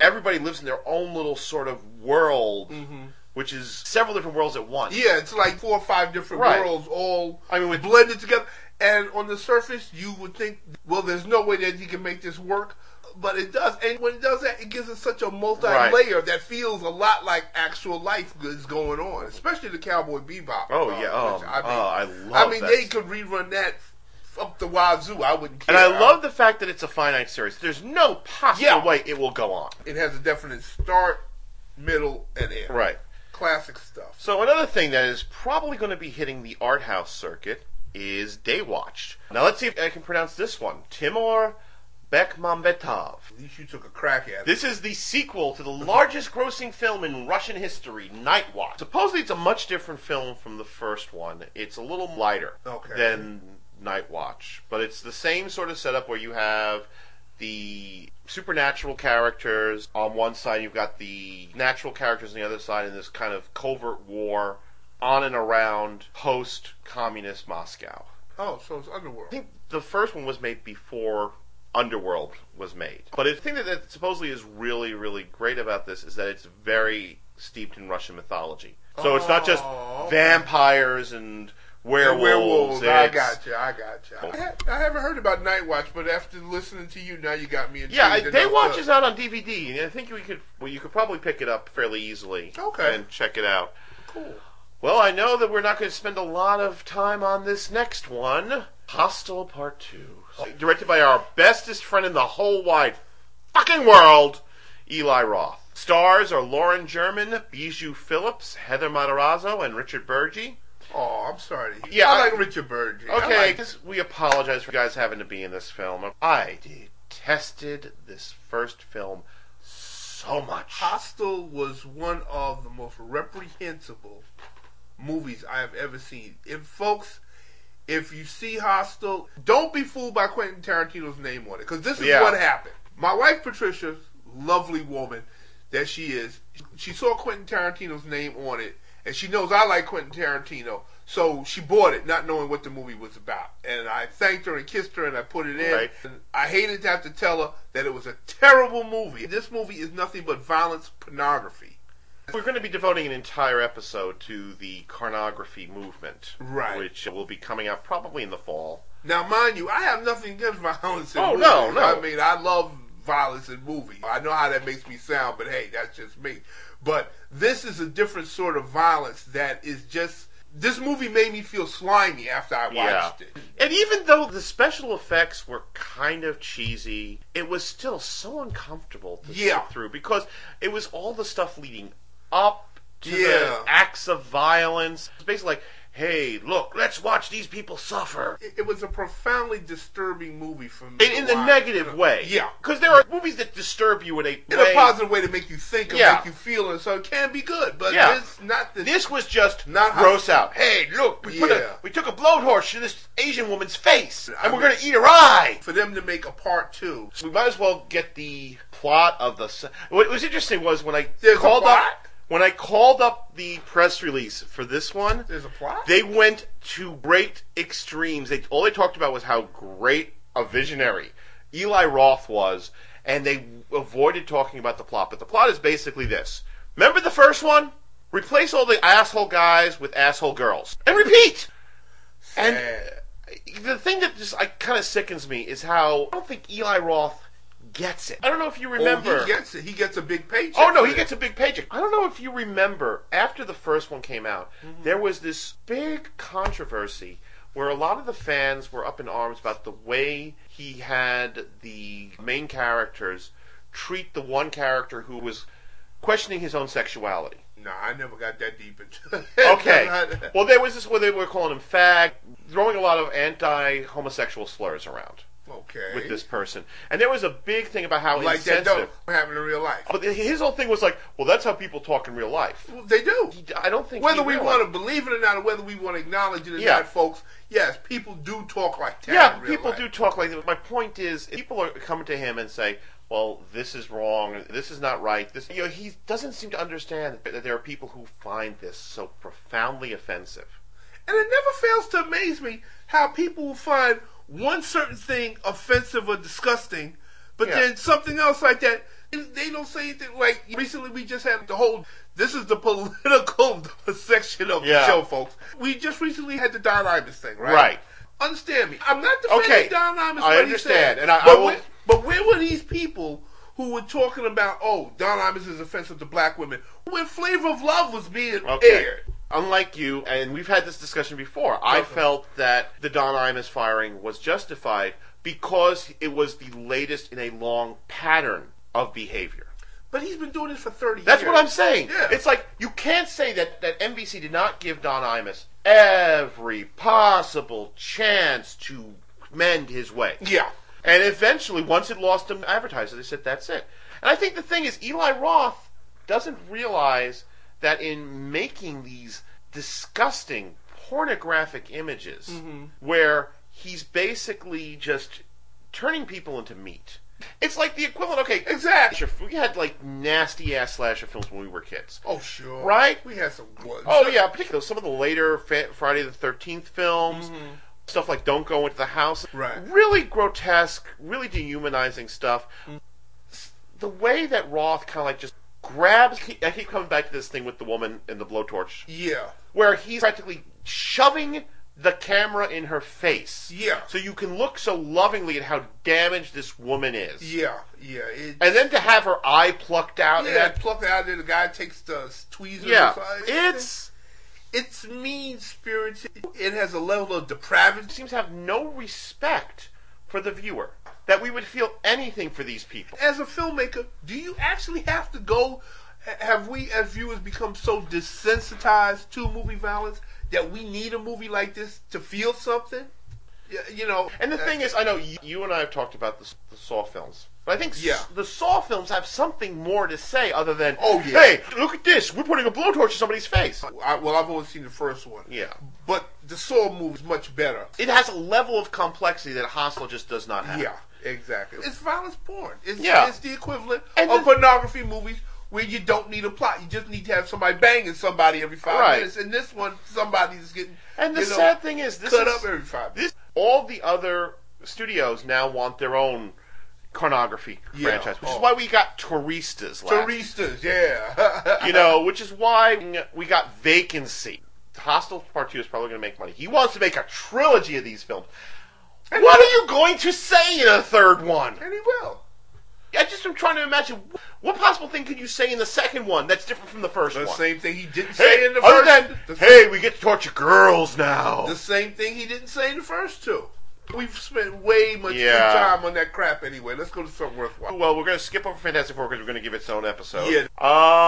Speaker 1: everybody lives in their own little sort of world,
Speaker 3: hmm
Speaker 1: which is several different worlds at once.
Speaker 3: Yeah, it's like four or five different
Speaker 1: Right.
Speaker 3: worlds all
Speaker 1: I mean, with
Speaker 3: blended together. And on the surface, you would think, well, there's no way that you can make this work, but it does. And when it does that, it gives it such a multi-layer that feels a lot like actual life is going on, especially the Cowboy Bebop.
Speaker 1: oh
Speaker 3: uh,
Speaker 1: yeah, oh,
Speaker 3: which,
Speaker 1: I,
Speaker 3: I
Speaker 1: oh, I
Speaker 3: mean,
Speaker 1: love.
Speaker 3: I mean
Speaker 1: that
Speaker 3: they could rerun that up the wazoo. I wouldn't care.
Speaker 1: and I love the fact that it's a finite series. There's no possible
Speaker 3: Yeah.
Speaker 1: way it will go on.
Speaker 3: it has a definite start, middle, and end.
Speaker 1: Right.
Speaker 3: Classic stuff.
Speaker 1: So another thing that is probably going to be hitting the art house circuit is Daywatched. Now let's see if I can pronounce this one. Timur Bekmambetov.
Speaker 3: At least you took a crack at it.
Speaker 1: This is the sequel to the largest grossing film in Russian history, Night Watch. Supposedly it's a much different film from the first one. It's a little lighter
Speaker 3: Okay.
Speaker 1: than Night Watch, but it's the same sort of setup where you have the supernatural characters on one side, you've got the natural characters on the other side, and this kind of covert war on and around post communist Moscow.
Speaker 3: oh, so it's
Speaker 1: I
Speaker 3: Underworld.
Speaker 1: think the first one was made before Underworld was made. But the thing that, that supposedly is really, really great about this is that it's very steeped in Russian mythology. So it's not just
Speaker 3: Oh, okay.
Speaker 1: vampires and werewolves.
Speaker 3: I
Speaker 1: it's-
Speaker 3: got you. I got you. I, ha- I haven't heard about Night Watch, but after listening to you, now you got me.
Speaker 1: Yeah, I,
Speaker 3: intrigued
Speaker 1: they
Speaker 3: enough
Speaker 1: watch
Speaker 3: to-
Speaker 1: is out on DVD, and I think we could well, you could probably pick it up fairly easily.
Speaker 3: Okay.
Speaker 1: and check it out.
Speaker 3: Cool.
Speaker 1: Well, I know that we're not going to spend a lot of time on this next one, Hostel Part Two, directed by our bestest friend in the whole wide fucking world, Eli Roth. Stars are Lauren German, Bijou Phillips, Heather Matarazzo, and Richard Burgi.
Speaker 3: Oh, I'm sorry.
Speaker 1: Yeah,
Speaker 3: Yeah, I,
Speaker 1: I-
Speaker 3: like Richard Burge. I
Speaker 1: Okay,
Speaker 3: like-
Speaker 1: 'cause we apologize for you guys having to be in this film. I detested this first film so much.
Speaker 3: Hostel was one of the most reprehensible movies I have ever seen. If folks, if you see Hostel, don't be fooled by Quentin Tarantino's name on it, because this is
Speaker 1: Yeah.
Speaker 3: what happened. My wife Patricia, lovely woman that she is, she saw Quentin Tarantino's name on it, and she knows I like Quentin Tarantino. So she bought it, not knowing what the movie was about. And I thanked her and kissed her, and I put it in.
Speaker 1: Right.
Speaker 3: And I hated to have to tell her that it was a terrible movie. This movie is nothing but violence, pornography.
Speaker 1: We're going to be devoting an entire episode to the carnography movement,
Speaker 3: Right.
Speaker 1: which will be coming out probably in the fall.
Speaker 3: Now, mind you, I have nothing against violence in
Speaker 1: Oh,
Speaker 3: movies.
Speaker 1: no, no.
Speaker 3: I mean, I love violence in movies. I know how that makes me sound, but hey, that's just me. But this is a different sort of violence that is just. This movie made me feel slimy after I watched it.
Speaker 1: And even though the special effects were kind of cheesy, it was still so uncomfortable to
Speaker 3: Yeah.
Speaker 1: sit through because it was all the stuff leading up to
Speaker 3: Yeah.
Speaker 1: the acts of violence. It's basically like, hey, look, let's watch these people suffer.
Speaker 3: it. It was a profoundly disturbing movie for me.
Speaker 1: In, in
Speaker 3: to
Speaker 1: the
Speaker 3: watch.
Speaker 1: negative way.
Speaker 3: Yeah.
Speaker 1: Because there are movies that disturb you in a
Speaker 3: In
Speaker 1: way.
Speaker 3: a positive way to make you think and
Speaker 1: Yeah.
Speaker 3: make you feel, and so it can be good, but
Speaker 1: Yeah.
Speaker 3: it's not the.
Speaker 1: This was just
Speaker 3: Not how-
Speaker 1: gross out. Hey, look, we, put
Speaker 3: Yeah.
Speaker 1: a, we took a blowtorch to this Asian woman's face,
Speaker 3: I
Speaker 1: and we're
Speaker 3: mean-
Speaker 1: going to eat her eye.
Speaker 3: for them to make a part two.
Speaker 1: We might as well get the plot of the. s- What was interesting was when I
Speaker 3: There's a
Speaker 1: called up
Speaker 3: plot?
Speaker 1: when I called up the press release for this one.
Speaker 3: There's a plot?
Speaker 1: They went to great extremes. They all they talked about was how great a visionary Eli Roth was, and they avoided talking about the plot. But the plot is basically this: remember the first one? Replace all the asshole guys with asshole girls, and repeat. And
Speaker 3: Sad.
Speaker 1: the thing that just like, kind of sickens me is how I don't think Eli Roth gets it. I don't know if you remember.
Speaker 3: Oh, he gets it. He gets a big paycheck.
Speaker 1: Oh no,
Speaker 3: for
Speaker 1: he
Speaker 3: this.
Speaker 1: gets a big paycheck. I don't know if you remember after the first one came out,
Speaker 3: Mm-hmm.
Speaker 1: there was this big controversy where a lot of the fans were up in arms about the way he had the main characters treat the one character who was questioning his own sexuality.
Speaker 3: No, I never got that deep into.
Speaker 1: Okay. well, there was this where they were calling him fag, throwing a lot of anti-homosexual slurs around
Speaker 3: okay.
Speaker 1: with this person, and there was a big thing about how
Speaker 3: like that
Speaker 1: insensitive.
Speaker 3: don't happen in real life.
Speaker 1: But his whole thing was like, well, that's how people talk in real life.
Speaker 3: Well, they do.
Speaker 1: He- I don't think
Speaker 3: Whether
Speaker 1: he
Speaker 3: we
Speaker 1: realized-
Speaker 3: want to believe it or not, or whether we want to acknowledge it or
Speaker 1: Yeah.
Speaker 3: not, folks. Yes, people do talk like that.
Speaker 1: Yeah,
Speaker 3: in real
Speaker 1: people
Speaker 3: life.
Speaker 1: do talk like that. My point is, people are coming to him and say, "Well, this is wrong. This is not right." This, you know, he doesn't seem to understand that there are people who find this so profoundly offensive.
Speaker 3: And it never fails to amaze me how people will find one certain thing offensive or disgusting, but
Speaker 1: Yeah.
Speaker 3: then something else like that, and they don't say anything. Like, recently we just had the whole, this is the political section of the
Speaker 1: Yeah.
Speaker 3: show, folks. We just recently had the Don Imus thing, right?
Speaker 1: Right.
Speaker 3: Understand me. I'm not defending
Speaker 1: Okay.
Speaker 3: Don Imus.
Speaker 1: I
Speaker 3: what he
Speaker 1: understand,
Speaker 3: said,
Speaker 1: and I- I
Speaker 3: but
Speaker 1: will-
Speaker 3: where- but where were these people who were talking about, oh, Don Imus is offensive to black women, when Flavor of Love was being
Speaker 1: Okay.
Speaker 3: aired?
Speaker 1: Unlike you, and we've had this discussion before, I
Speaker 3: Okay.
Speaker 1: felt that the Don Imus firing was justified because it was the latest in a long pattern of behavior.
Speaker 3: But he's been doing this for 30
Speaker 1: That's
Speaker 3: years.
Speaker 1: what I'm saying.
Speaker 3: Yeah.
Speaker 1: It's like you can't say that, that NBC did not give Don Imus every possible chance to mend his way.
Speaker 3: Yeah.
Speaker 1: And eventually, once it lost him advertiser, they said that's it. And I think the thing is, Eli Roth doesn't realize that in making these disgusting pornographic images, where he's basically just turning people into meat. It's like the equivalent. Okay,
Speaker 3: Exactly.
Speaker 1: slasher- We had like nasty ass slasher films when we were kids.
Speaker 3: Oh, sure.
Speaker 1: Right?
Speaker 3: We had some good.
Speaker 1: Oh yeah, particularly some of the later fa- Friday the Thirteenth films, stuff like "Don't Go Into the House,"
Speaker 3: Mm-hmm. Right.
Speaker 1: Really grotesque, really dehumanizing stuff.
Speaker 3: Mm.
Speaker 1: S- The way that Roth kind of like just grabs. I keep coming back to this thing with the woman and the blowtorch,
Speaker 3: Yeah.
Speaker 1: where he's practically shoving the camera in her face,
Speaker 3: Yeah.
Speaker 1: so you can look so lovingly at how damaged this woman is,
Speaker 3: Yeah. Yeah. It,
Speaker 1: and then to have her eye plucked out.
Speaker 3: yeah,
Speaker 1: and that,
Speaker 3: plucked out there. The guy takes the tweezers.
Speaker 1: yeah.
Speaker 3: aside.
Speaker 1: It's.
Speaker 3: it's mean spirited. It has a level of depravity,
Speaker 1: seems to have no respect for the viewer. That we would feel anything for these people.
Speaker 3: as a filmmaker, do you actually have to go? ha- Have we as viewers become so desensitized to movie violence that we need a movie like this to feel something? Y- You know,
Speaker 1: And the
Speaker 3: uh,
Speaker 1: thing is, I know you, you and I have talked about the, S- the Saw films, but I think s-
Speaker 3: Yeah.
Speaker 1: the Saw films have something more to say other than,
Speaker 3: Oh, yeah.
Speaker 1: hey, look at this, we're putting a blowtorch to somebody's face.
Speaker 3: I, well, I've only seen the first one.
Speaker 1: Yeah.
Speaker 3: but the Saw movie is much better.
Speaker 1: It has a level of complexity that Hostel just does not have.
Speaker 3: Yeah, exactly. It's violence porn. It's,
Speaker 1: Yeah.
Speaker 3: it's the equivalent
Speaker 1: And
Speaker 3: of
Speaker 1: the-
Speaker 3: pornography movies where you don't need a plot. You just need to have somebody banging somebody every five
Speaker 1: Right.
Speaker 3: minutes. And this one, somebody's getting
Speaker 1: And the
Speaker 3: you know,
Speaker 1: sad thing is, this
Speaker 3: cut
Speaker 1: is
Speaker 3: up every five minutes.
Speaker 1: this. All the other studios now want their own pornography
Speaker 3: Yeah.
Speaker 1: franchise, which
Speaker 3: Oh.
Speaker 1: is why we got Touristas last.
Speaker 3: Baristas, yeah.
Speaker 1: you know, which is why we got Vacancy. Hostel Part Two is probably going to make money. He wants to make a trilogy of these films.
Speaker 3: And
Speaker 1: What are you going to say in a third one?
Speaker 3: And he will.
Speaker 1: I just am trying to imagine what possible thing could you say in the second one that's different from the first
Speaker 3: The
Speaker 1: one.
Speaker 3: same thing he didn't
Speaker 1: Hey,
Speaker 3: say in the
Speaker 1: other
Speaker 3: first.
Speaker 1: than,
Speaker 3: the,
Speaker 1: hey, we get to torture girls now.
Speaker 3: the same thing he didn't say in the first two. We've spent way much free
Speaker 1: Yeah.
Speaker 3: time on that crap anyway. Let's go to something worthwhile.
Speaker 1: well, we're going to skip over Fantastic Four because we're going to give it its own episode.
Speaker 3: Yeah.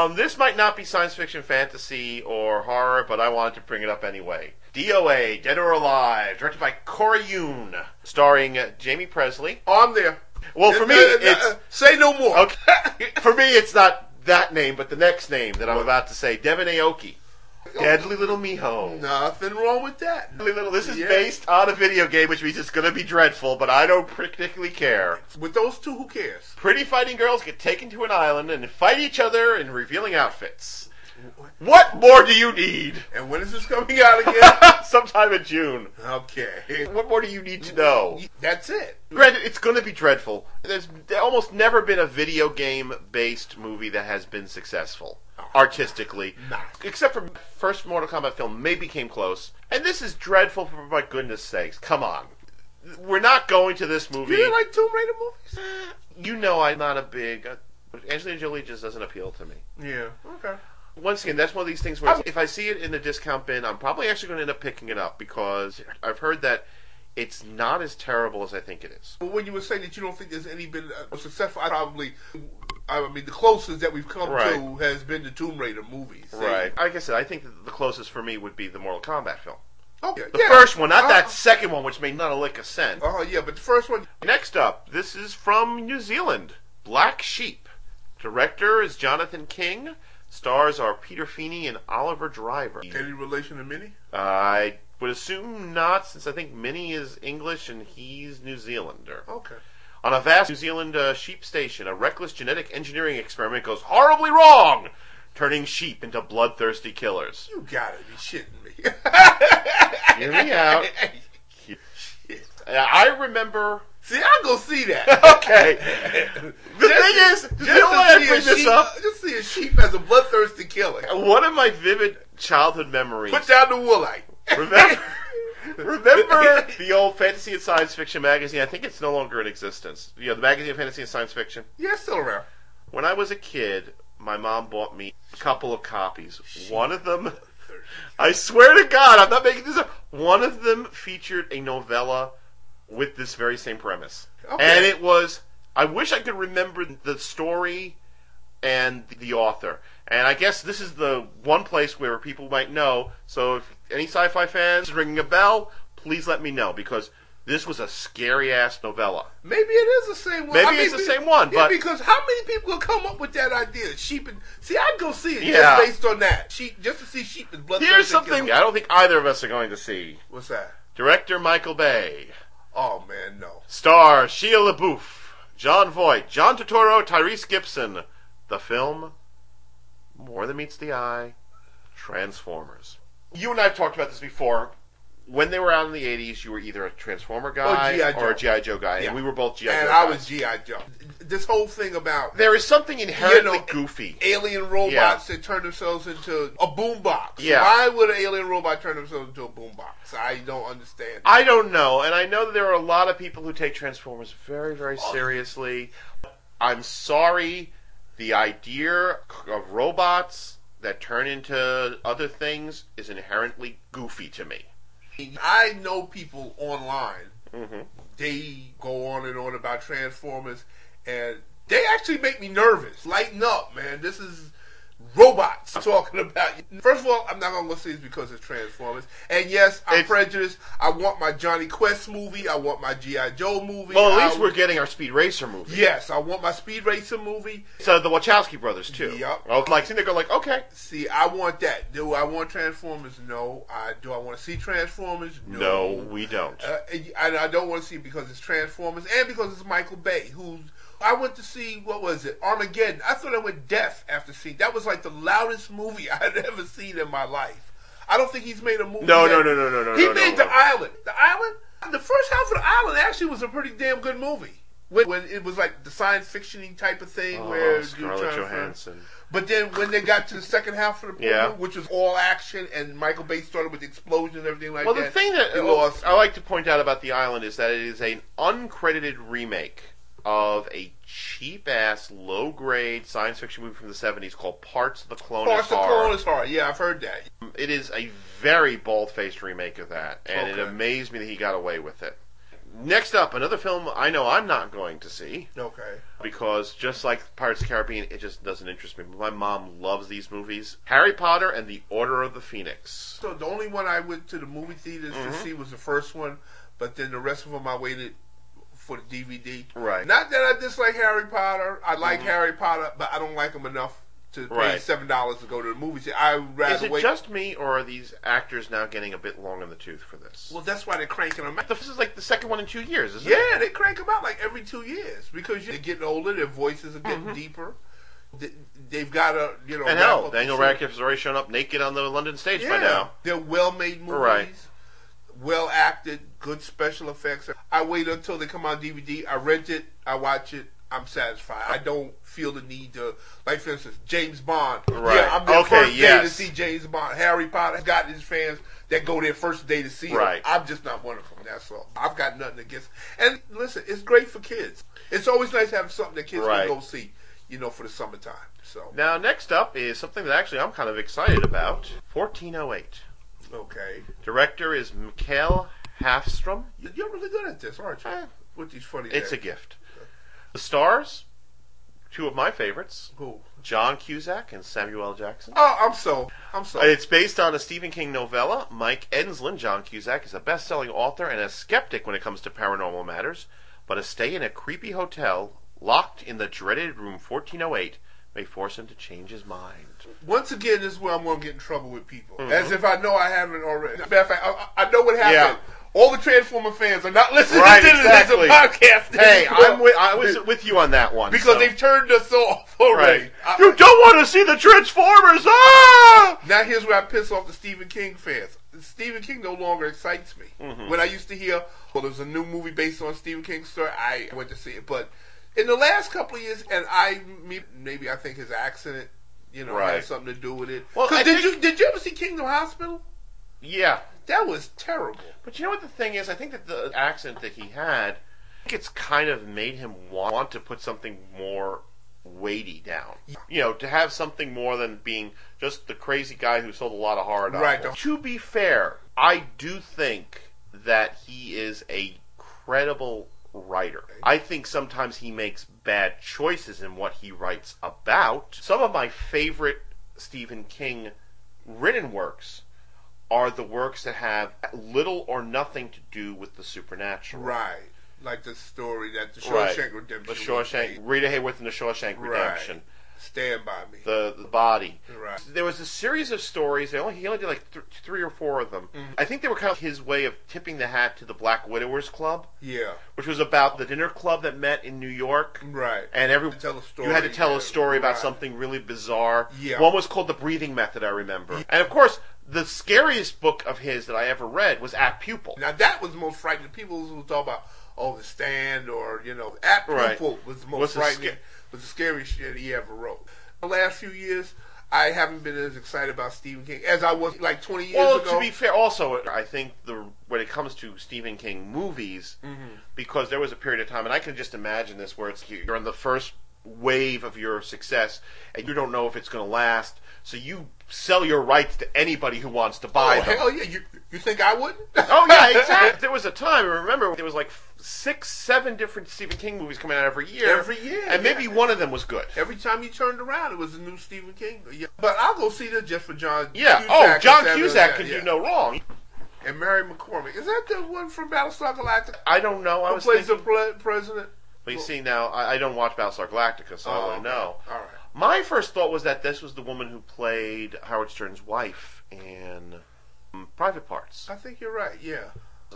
Speaker 1: Um, this might not be science fiction, fantasy, or horror, but I wanted to bring it up anyway. DOA, Dead or Alive, directed by Corey Yoon, starring uh, Jamie Presley.
Speaker 3: Oh, I'm there.
Speaker 1: Well, for me,
Speaker 3: Uh, uh,
Speaker 1: it's
Speaker 3: uh, say no more.
Speaker 1: okay. For me, it's not that name, but the next name that I'm about to say, Devin Aoki, Deadly Little Miho.
Speaker 3: Nothing wrong with that.
Speaker 1: Really little. This is
Speaker 3: Yeah.
Speaker 1: based on a video game, which means it's going to be dreadful, but I don't particularly care.
Speaker 3: With those two, who cares?
Speaker 1: Pretty fighting girls get taken to an island and fight each other in revealing outfits. What more do you need?
Speaker 3: And when is this coming out again?
Speaker 1: Sometime in June.
Speaker 3: okay.
Speaker 1: What more do you need to know?
Speaker 3: That's it.
Speaker 1: Granted, it's going to be dreadful. There's almost never been a video game based movie that has been successful artistically.
Speaker 3: Nah.
Speaker 1: Except for first Mortal Kombat film, maybe came close. And this is dreadful for my goodness sakes. Come on. We're not going to this movie.
Speaker 3: You didn't like Tomb Raider movies?
Speaker 1: You know I'm not a big uh, Angelina Jolie just doesn't appeal to me.
Speaker 3: Yeah. Okay.
Speaker 1: Once again, that's one of these things where if I see it in the discount bin, I'm probably actually going to end up picking it up because I've heard that it's not as terrible as I think it is.
Speaker 3: But when you were saying that you don't think there's any been uh, successful, I probably, I mean, the closest that we've come to
Speaker 1: Right.
Speaker 3: has been the Tomb Raider movies.
Speaker 1: Like I said, I think that the closest for me would be the Mortal Kombat film.
Speaker 3: Okay.
Speaker 1: The first one, not
Speaker 3: uh,
Speaker 1: that second one, which made not a lick of sense.
Speaker 3: Oh yeah, but the first one,
Speaker 1: Next up, this is from New Zealand, Black Sheep. Director is Jonathan King. Stars are Peter Feeney and Oliver Driver.
Speaker 3: any relation to Minnie?
Speaker 1: I would assume not, since I think Minnie is English and he's New Zealander.
Speaker 3: Okay.
Speaker 1: On a vast New Zealand uh, sheep station, a reckless genetic engineering experiment goes horribly wrong, turning sheep into bloodthirsty killers.
Speaker 3: You gotta be shitting me.
Speaker 1: Hear me out. Uh, I remember.
Speaker 3: see, I'll go see that.
Speaker 1: Okay. The thing is,
Speaker 3: Just
Speaker 1: you know
Speaker 3: to
Speaker 1: why I
Speaker 3: see a
Speaker 1: bring this
Speaker 3: sheep-
Speaker 1: up?
Speaker 3: Just see a sheep as a bloodthirsty killer.
Speaker 1: One of my vivid childhood memories.
Speaker 3: Put down the woolite.
Speaker 1: Remember, remember the old fantasy and science fiction magazine? I think it's no longer in existence. You know, the magazine of fantasy and science fiction.
Speaker 3: Yeah, it's still around.
Speaker 1: When I was a kid, my mom bought me a couple of copies. One of them, I swear to God, I'm not making this up. One of them featured a novella with this very same premise.
Speaker 3: Okay.
Speaker 1: And it was, I wish I could remember the story and the author. And I guess this is the one place where people might know. So if any sci fi fans is ringing a bell, please let me know because this was a scary ass novella.
Speaker 3: Maybe it is the same one.
Speaker 1: Maybe it's the same one,
Speaker 3: yeah,
Speaker 1: but-
Speaker 3: because how many people will come up with that idea? Sheep and see, I'd go see it
Speaker 1: Yeah.
Speaker 3: just based on that. Sheep, just to see sheep and blood.
Speaker 1: Here's something I don't think either of us are going to see.
Speaker 3: What's that?
Speaker 1: Director Michael Bay.
Speaker 3: Oh man, no.
Speaker 1: Star Sheila LaBeouf. John Voight. John Turturro. Tyrese Gibson. The film More Than Meets the Eye. Transformers. You and I have talked about this before. When they were out in the 80s, you were either a Transformer guy
Speaker 3: G.I. Oh, Joe.
Speaker 1: or a G.I. Joe guy,
Speaker 3: Yeah.
Speaker 1: and we were both G.I. Joe
Speaker 3: and
Speaker 1: guys.
Speaker 3: I was GI Joe. This whole thing about
Speaker 1: there is something inherently
Speaker 3: You know,
Speaker 1: goofy.
Speaker 3: alien robots that turn themselves into a boombox.
Speaker 1: Yeah.
Speaker 3: Why would an alien robot turn themselves into a boombox? I don't understand.
Speaker 1: I don't know, and I know that there are a lot of people who take Transformers very, very seriously. I'm sorry, the idea of robots that turn into other things is inherently goofy to me.
Speaker 3: I know people online.
Speaker 1: Mhm.
Speaker 3: They go on and on about Transformers, and they actually make me nervous. Lighten up, man. This is robots I'm talking about. First of all, I'm not gonna go see this because it's Transformers. And yes, I'm
Speaker 1: It's-
Speaker 3: prejudiced. I want my Johnny Quest movie. I want my GI Joe movie.
Speaker 1: Well, at least
Speaker 3: I-
Speaker 1: we're getting our Speed Racer movie.
Speaker 3: Yes, I want my Speed Racer movie.
Speaker 1: So the Wachowski brothers too.
Speaker 3: Yup.
Speaker 1: I was like, seeing they go like, okay,
Speaker 3: See, I want that. Do I want Transformers? No. I do. I want to see Transformers?
Speaker 1: no, we don't.
Speaker 3: Uh, and I, I don't want to see it because it's Transformers and because it's Michael Bay, who's I went to see what was it Armageddon. I thought I went deaf after seeing that was like the loudest movie I had ever seen in my life. I don't think he's made a movie.
Speaker 1: No,
Speaker 3: yet.
Speaker 1: no, no, no, no, no.
Speaker 3: He
Speaker 1: no,
Speaker 3: made
Speaker 1: no.
Speaker 3: The Island. The Island. The first half of The Island actually was a pretty damn good movie. When, when it was like the science fiction type of thing,
Speaker 1: Oh,
Speaker 3: where you're trying
Speaker 1: Scarlett
Speaker 3: to-
Speaker 1: Johansson.
Speaker 3: But then when they got to the second half of the movie,
Speaker 1: Yeah.
Speaker 3: which was all action, and Michael Bay started with explosions and everything like
Speaker 1: Well,
Speaker 3: that.
Speaker 1: the thing that oh,
Speaker 3: He lost.
Speaker 1: I like to point out about The Island is that it is an uncredited remake of a cheap ass, low grade science fiction movie from the 70s called Parts of the Clone
Speaker 3: Parts of
Speaker 1: Are.
Speaker 3: Corona is hard. Yeah, I've heard that.
Speaker 1: It is a very bald faced remake of that, and it
Speaker 3: Okay.
Speaker 1: amazed me that he got away with it. Next up, another film I know I'm not going to see
Speaker 3: Okay.
Speaker 1: because just like Pirates of the Caribbean, it just doesn't interest me. My mom loves these movies Harry Potter and the Order of the Phoenix.
Speaker 3: So the only one I went to the movie theaters to
Speaker 1: Mhm.
Speaker 3: see was the first one, but then the rest of them I waited for the DVD.
Speaker 1: Right.
Speaker 3: Not that I dislike Harry Potter. I like
Speaker 1: Mhm.
Speaker 3: Harry Potter, but I don't like him enough to pay
Speaker 1: Right.
Speaker 3: seven dollars to go to the movies. I would
Speaker 1: Is
Speaker 3: rather
Speaker 1: it
Speaker 3: wait.
Speaker 1: just me, or are these actors now getting a bit long in the tooth for this?
Speaker 3: well, that's why they're cranking them out.
Speaker 1: this is like the second one in two years, isn't it?
Speaker 3: Yeah, they crank them out like every two years because they're getting older. Their voices are getting deeper. They, they've got to, you know.
Speaker 1: Mm-hmm. And
Speaker 3: wrap
Speaker 1: hell,
Speaker 3: up
Speaker 1: Daniel
Speaker 3: the show.
Speaker 1: Radcliffe has already shown up naked on the London stage by now.
Speaker 3: They're well made movies.
Speaker 1: Right.
Speaker 3: Well acted, good special effects. I wait until they come on DVD. I rent it, I watch it, I'm satisfied. I don't feel the need to, like, for instance, James Bond.
Speaker 1: Right.
Speaker 3: Yeah, I'm there
Speaker 1: Okay,
Speaker 3: first day to
Speaker 1: yes.
Speaker 3: see James Bond. Harry Potter's got his fans that go there first day to see him.
Speaker 1: Right.
Speaker 3: I'm just not one of them, that's all. I've got nothing against And listen, it's great for kids. It's always nice having something that kids
Speaker 1: Right.
Speaker 3: can go see, you know, for the summertime. So,
Speaker 1: Now, next up is something that actually I'm kind of excited about 1408.
Speaker 3: okay.
Speaker 1: Director is Mikhail Hafstrom.
Speaker 3: You're really good at this, aren't you?
Speaker 1: Eh,
Speaker 3: with these funny.
Speaker 1: It's a
Speaker 3: names.
Speaker 1: gift. The stars, two of my favorites,
Speaker 3: Who?
Speaker 1: John Cusack and Samuel L. Jackson.
Speaker 3: Oh, I'm so. I'm so.
Speaker 1: It's based on a Stephen King novella. Mike Enslin, John Cusack, is a best selling author and a skeptic when it comes to paranormal matters, but a stay in a creepy hotel locked in the dreaded room 1408 may force him to change his mind.
Speaker 3: Once again, this is where I'm going to get in trouble with people,
Speaker 1: Mhm.
Speaker 3: as if I know I haven't already. Matter of fact, I, I I know what happened. All the Transformer fans are not listening
Speaker 1: Right,
Speaker 3: to this as a
Speaker 1: exactly.
Speaker 3: podcast.
Speaker 1: Hey, I'm with, I was
Speaker 3: Because
Speaker 1: with you on that one. so-
Speaker 3: they've turned us off already.
Speaker 1: Right.
Speaker 3: I-
Speaker 1: you don't want to see the Transformers! Ah!
Speaker 3: Now here's where I piss off the Stephen King fans. Stephen King no longer excites me.
Speaker 1: Mm-hmm.
Speaker 3: When I used to hear, well, there's a new movie based on Stephen King's story, I went to see it. But in the last couple of years, and I me- maybe I think his accident, you know,
Speaker 1: Right.
Speaker 3: had something to do with it.
Speaker 1: Well,
Speaker 3: 'Cause
Speaker 1: I
Speaker 3: did
Speaker 1: think-
Speaker 3: you did you ever see Kingdom Hospital?
Speaker 1: Yeah.
Speaker 3: That was terrible.
Speaker 1: But you know what the thing is? I think that the accident that he had, I think it's kind of made him wa- want to put something more weighty down. You know, to have something more than being just the crazy guy who sold a lot of horror novels.
Speaker 3: Right.
Speaker 1: To be fair, I do think that he is a credible writer. I think sometimes he makes bad choices in what he writes about. Some of my favorite Stephen King written works are the works that have little or nothing to do with the supernatural.
Speaker 3: Right, like the story that the
Speaker 1: Right.
Speaker 3: Shawshank Redemption.
Speaker 1: The
Speaker 3: was
Speaker 1: Shawshank,
Speaker 3: made.
Speaker 1: Rita Hayworth and the Shawshank
Speaker 3: Right.
Speaker 1: Redemption,
Speaker 3: Stand by me.
Speaker 1: the the body.
Speaker 3: right.
Speaker 1: There was a series of stories. They only he only did like th- three or four of them.
Speaker 3: Mhm.
Speaker 1: I think they were kind of his way of tipping the hat to the Black Widowers Club,
Speaker 3: Yeah.
Speaker 1: which was about the dinner club that met in New York,
Speaker 3: Right.
Speaker 1: and every
Speaker 3: Tell a story.
Speaker 1: you had to tell a
Speaker 3: yeah.
Speaker 1: story about
Speaker 3: Right.
Speaker 1: something really bizarre.
Speaker 3: Yeah.
Speaker 1: One was called The Breathing Method, I remember. And of course, the scariest book of his that I ever read was At Pupil.
Speaker 3: Now that was more frightening. People who talk about oh the stand or you know at
Speaker 1: Right.
Speaker 3: pupil was the most
Speaker 1: What's the
Speaker 3: frightening
Speaker 1: sca-
Speaker 3: was the scariest shit he ever wrote. The last few years I haven't been as excited about Stephen King as I was like twenty years
Speaker 1: Well,
Speaker 3: ago.
Speaker 1: to be fair, also I think the when it comes to Stephen King movies,
Speaker 3: Mm-hmm.
Speaker 1: because there was a period of time, and I can just imagine this where it's you're in the first wave of your success, and you don't know if it's going to last, so you sell your rights to anybody who wants to buy
Speaker 3: oh
Speaker 1: them.
Speaker 3: hell yeah, you you think I wouldn't?
Speaker 1: Oh yeah, exactly. there was a time. I remember there was like f- six, seven different Stephen King movies coming out every year,
Speaker 3: Every year,
Speaker 1: and maybe
Speaker 3: yeah.
Speaker 1: one of them was good.
Speaker 3: Every time you turned around, it was a new Stephen King. Yeah. But I'll go see that just for John.
Speaker 1: Yeah.
Speaker 3: Cusack
Speaker 1: Oh,
Speaker 3: and
Speaker 1: John
Speaker 3: Samuel
Speaker 1: Cusack
Speaker 3: Jackson,
Speaker 1: can
Speaker 3: yeah.
Speaker 1: do no wrong.
Speaker 3: And Mary McCormick is that the one from Battlestar Galactica?
Speaker 1: I don't know. I
Speaker 3: Who
Speaker 1: was
Speaker 3: plays
Speaker 1: thinking,
Speaker 3: the pre- president?
Speaker 1: but you see now, I, I don't watch Battlestar Galactica, so I
Speaker 3: Oh, okay.
Speaker 1: don't know.
Speaker 3: All right.
Speaker 1: My first thought was that this was the woman who played Howard Stern's wife in um, Private Parts.
Speaker 3: I think you're right. Yeah.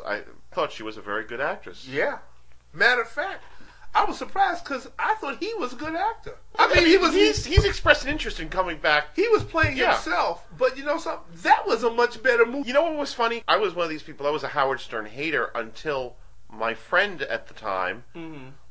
Speaker 1: I thought she was a very good actress.
Speaker 3: Yeah. Matter of fact, I was surprised because I thought he was a good actor. I mean, he was
Speaker 1: he's he's expressed an interest in coming back
Speaker 3: he was playing
Speaker 1: Yeah.
Speaker 3: himself, but you know something? That was a much better movie.
Speaker 1: You know what was funny? I was one of these people. I was a Howard Stern hater until my friend at the time,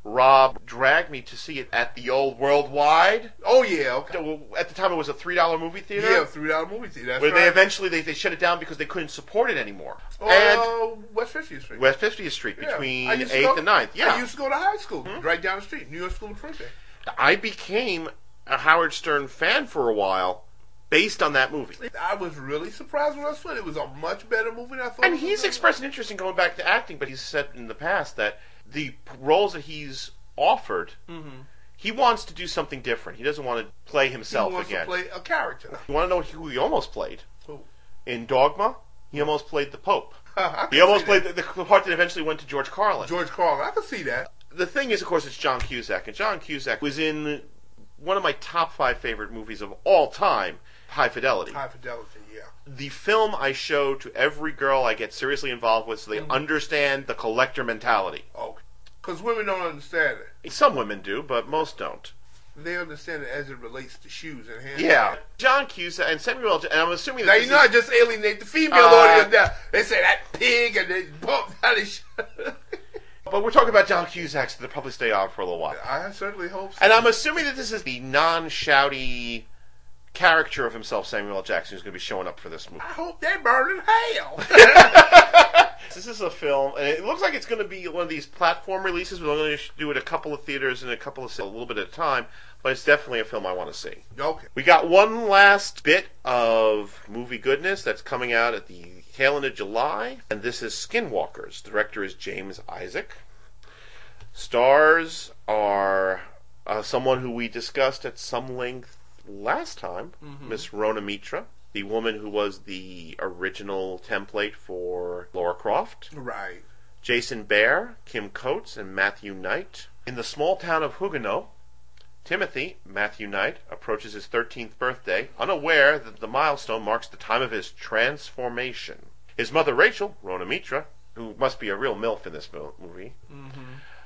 Speaker 1: Rob, dragged me to see it at the old Worldwide.
Speaker 3: Oh yeah, okay.
Speaker 1: At the time, it was a three dollar movie theater.
Speaker 3: Yeah, threw down movie theater. That's
Speaker 1: Where they
Speaker 3: right.
Speaker 1: eventually they, they shut it down because they couldn't support it anymore. and
Speaker 3: oh, uh, West 50th Street.
Speaker 1: West 50th Street
Speaker 3: Yeah.
Speaker 1: between
Speaker 3: I used to
Speaker 1: 8th
Speaker 3: go-
Speaker 1: and 9th. Yeah. Mm-hmm.
Speaker 3: I
Speaker 1: I,
Speaker 3: used to go to high school right down the street, New York School of Trade.
Speaker 1: became a Howard Stern fan for a while based on that movie.
Speaker 3: I was really surprised when I saw it. It was a much better movie than I thought.
Speaker 1: And
Speaker 3: it was
Speaker 1: he's
Speaker 3: gonna be.
Speaker 1: expressed an interest in going back to acting, but he's said in the past that the p- roles that he's offered, he wants to do something different. He doesn't want to play
Speaker 3: He
Speaker 1: himself
Speaker 3: wants
Speaker 1: again.
Speaker 3: to play a character.
Speaker 1: You want to know who he almost played?
Speaker 3: Who?
Speaker 1: In Dogma, he almost played the Pope.
Speaker 3: I
Speaker 1: He
Speaker 3: can
Speaker 1: almost
Speaker 3: see
Speaker 1: played the, the part that eventually went to George Carlin.
Speaker 3: that. George Carlin. I can see that.
Speaker 1: the thing is, of course, it's John Cusack, and John Cusack was in one of my top five favorite movies of all time, High Fidelity.
Speaker 3: High fidelity. Yeah.
Speaker 1: The film I show to every girl I get seriously involved with, so they understand the collector mentality.
Speaker 3: Oh, because women don't understand it.
Speaker 1: Some women do, but most don't.
Speaker 3: They understand it as it relates to shoes and hands.
Speaker 1: Yeah, John Cusack and Samuel. L. J- And I'm assuming that
Speaker 3: Now
Speaker 1: this
Speaker 3: you know I
Speaker 1: is-
Speaker 3: just alienate the female
Speaker 1: Uh,
Speaker 3: audience. Now they say that pig and they bump out his.
Speaker 1: but we're talking about John Cusack, so they'll probably stay on for a little while.
Speaker 3: I certainly hope so.
Speaker 1: And I'm assuming that this is the non-shouty character of himself, Samuel L. Jackson, who's going to be showing up for this movie.
Speaker 3: I hope they burn in hell.
Speaker 1: This is a film, and it looks like it's going to be one of these platform releases. We're going to do it a couple of theaters and a couple of a little bit at a time, but it's definitely a film I want to see.
Speaker 3: okay.
Speaker 1: We got one last bit of movie goodness that's coming out at the tail end of July, and this is Skinwalkers. Director is James Isaac. Stars are uh, someone who we discussed at some length last time,
Speaker 3: Hmm.
Speaker 1: Miss Rona Mitra, the woman who was the original template for Laura Croft.
Speaker 3: Right.
Speaker 1: Jason Bear, Kim Coates, and Matthew Knight. In the small town of Huguenot, Timothy, Matthew Knight, approaches his 13th birthday, unaware that the milestone marks the time of his transformation. His mother, Rachel, Rona Mitra, who must be a real MILF in this mo- movie,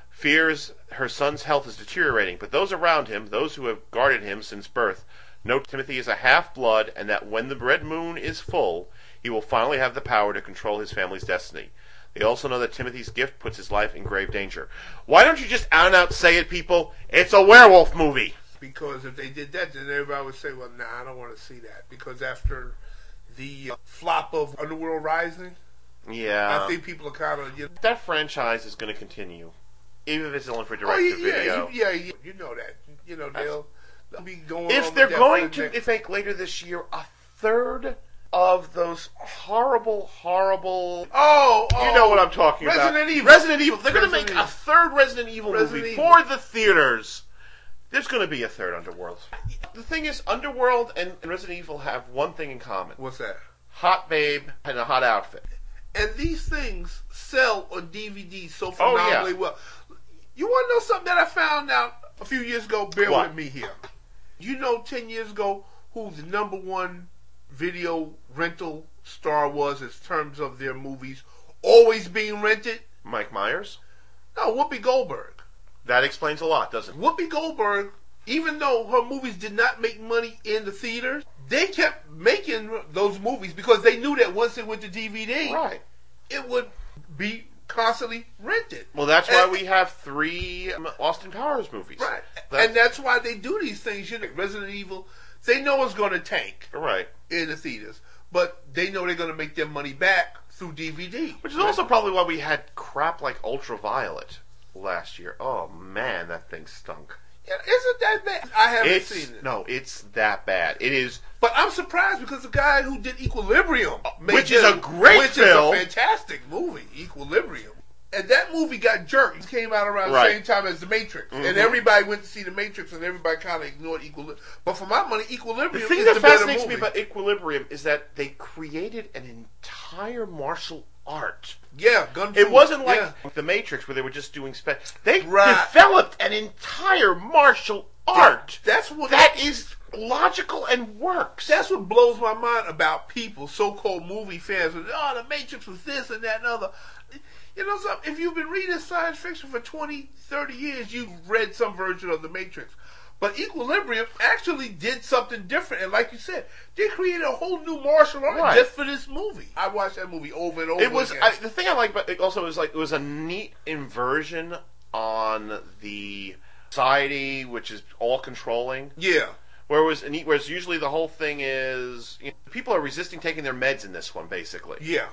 Speaker 1: fears her son's health is deteriorating, but those around him, those who have guarded him since birth, know Timothy is a half blood and that when the red moon is full, he will finally have the power to control his family's destiny. They also know that Timothy's gift puts his life in grave danger. Why don't you just out and out say it, people? It's a werewolf movie.
Speaker 3: Because if they did that, then everybody would say, "Well, nah, I don't want to see that." Because after the uh, flop of Underworld Rising,
Speaker 1: Yeah.
Speaker 3: I think people are kind of, you know,
Speaker 1: that franchise is going to continue, even if it's only for
Speaker 3: oh,
Speaker 1: direct
Speaker 3: yeah,
Speaker 1: to
Speaker 3: yeah,
Speaker 1: video.
Speaker 3: you, yeah, yeah, you know that. You know they'll, they'll be going. on
Speaker 1: if
Speaker 3: with
Speaker 1: they're
Speaker 3: that for
Speaker 1: going
Speaker 3: the
Speaker 1: to
Speaker 3: next-
Speaker 1: if make later this year a third of those horrible, horrible
Speaker 3: oh, oh,
Speaker 1: You know what I'm talking about.
Speaker 3: Resident Evil.
Speaker 1: Resident Evil. They're going to
Speaker 3: Resident
Speaker 1: make
Speaker 3: Evil.
Speaker 1: a third Resident Evil
Speaker 3: Resident
Speaker 1: movie
Speaker 3: Evil.
Speaker 1: for the theaters. There's going to be a third Underworld. The thing is, Underworld and Resident Evil have one thing in common:
Speaker 3: What's that?
Speaker 1: hot babe and a hot outfit.
Speaker 3: and these things sell on DVD so
Speaker 1: Oh, yeah.
Speaker 3: phenomenally well. You want to know something that I found out a few years ago? Bear
Speaker 1: What?
Speaker 3: with me here. You know, ten years ago, who the number one video rental star was in terms of their movies always being rented?
Speaker 1: Mike Myers.
Speaker 3: No, Whoopi Goldberg.
Speaker 1: That explains a lot, doesn't it?
Speaker 3: Whoopi Goldberg, even though her movies did not make money in the theaters, they kept making those movies because they knew that once it went to DVD,
Speaker 1: Right.
Speaker 3: it would be constantly rented.
Speaker 1: Well, that's why
Speaker 3: And-
Speaker 1: we have three um, Austin Powers movies.
Speaker 3: Right.
Speaker 1: That's,
Speaker 3: and that's why they do these things. You know, Resident Evil, they know it's going to tank
Speaker 1: right.
Speaker 3: in the theaters, but they know they're going to make their money back through DVD.
Speaker 1: Which is also probably why we had crap like Ultraviolet last year. Oh man, that thing stunk.
Speaker 3: Yeah, Isn't that bad? I haven't
Speaker 1: It's
Speaker 3: seen it.
Speaker 1: no, it's that bad. It is
Speaker 3: But I'm surprised because the guy who did Equilibrium, made
Speaker 1: Uh, which is
Speaker 3: this-
Speaker 1: a great
Speaker 3: which
Speaker 1: film.
Speaker 3: is a fantastic movie, Equilibrium. And that movie got jerked. It came out around
Speaker 1: Right.
Speaker 3: the same time as The Matrix,
Speaker 1: Mhm.
Speaker 3: and everybody went to see The Matrix, and everybody kind of ignored Equilibrium. But for my money, Equilibrium
Speaker 1: The thing
Speaker 3: is
Speaker 1: that
Speaker 3: the better
Speaker 1: fascinates
Speaker 3: movie.
Speaker 1: me about Equilibrium is that they created an entire martial art.
Speaker 3: yeah, gun.
Speaker 1: It wasn't like
Speaker 3: yeah.
Speaker 1: The Matrix where they were just doing spe- They
Speaker 3: Right.
Speaker 1: developed an entire martial art
Speaker 3: That's what
Speaker 1: that is logical and works.
Speaker 3: That's what blows my mind about people, so-called movie fans. and, Oh, The Matrix was this and that and other. You know something? If you've been reading science fiction for 20, 30 years, you've read some version of The Matrix. But Equilibrium actually did something different. And like you said, they created a whole new martial art
Speaker 1: Right.
Speaker 3: just for this movie. I watched that movie over and over
Speaker 1: It was
Speaker 3: again.
Speaker 1: I, the thing I like, but it also was like it was a neat inversion on the society, which is all controlling.
Speaker 3: yeah.
Speaker 1: Whereas, in- whereas usually the whole thing is you know, people are resisting taking their meds in this one, basically.
Speaker 3: Yeah.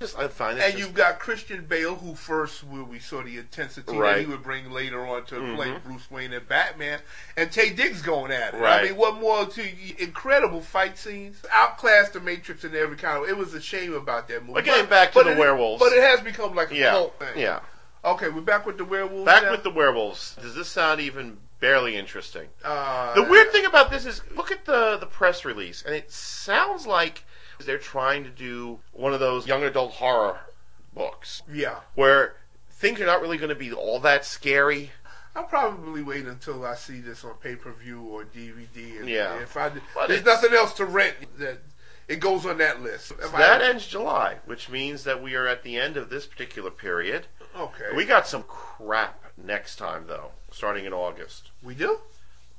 Speaker 1: Just I find this
Speaker 3: And
Speaker 1: just-
Speaker 3: you've got Christian Bale, who first where we saw the intensity that
Speaker 1: Right.
Speaker 3: he would bring later on to
Speaker 1: Mhm.
Speaker 3: playing Bruce Wayne and Batman, and Tay Diggs going at it.
Speaker 1: Right.
Speaker 3: I mean, what more to incredible fight scenes? Outclassed the Matrix in every kind of. It was a shame about that movie.
Speaker 1: But getting back to the
Speaker 3: it-
Speaker 1: werewolves.
Speaker 3: but it has become like a
Speaker 1: yeah,
Speaker 3: cult thing.
Speaker 1: yeah.
Speaker 3: Okay, we're back with the werewolves.
Speaker 1: Back
Speaker 3: now?
Speaker 1: with the werewolves. Does this sound even barely interesting?
Speaker 3: uh,
Speaker 1: The weird thing about this is, look at the the press release, and it sounds like they're trying to do one of those young adult horror books
Speaker 3: Yeah,
Speaker 1: where things are not really going to be all that scary.
Speaker 3: I'll probably wait until I see this on pay per view or DVD. And
Speaker 1: Yeah.
Speaker 3: if I did-
Speaker 1: But
Speaker 3: there's
Speaker 1: it's-
Speaker 3: nothing else to rent that it goes on that list. If I-
Speaker 1: That ends July, which means that we are at the end of this particular period.
Speaker 3: okay,
Speaker 1: We got some crap next time though, starting in August.
Speaker 3: we do.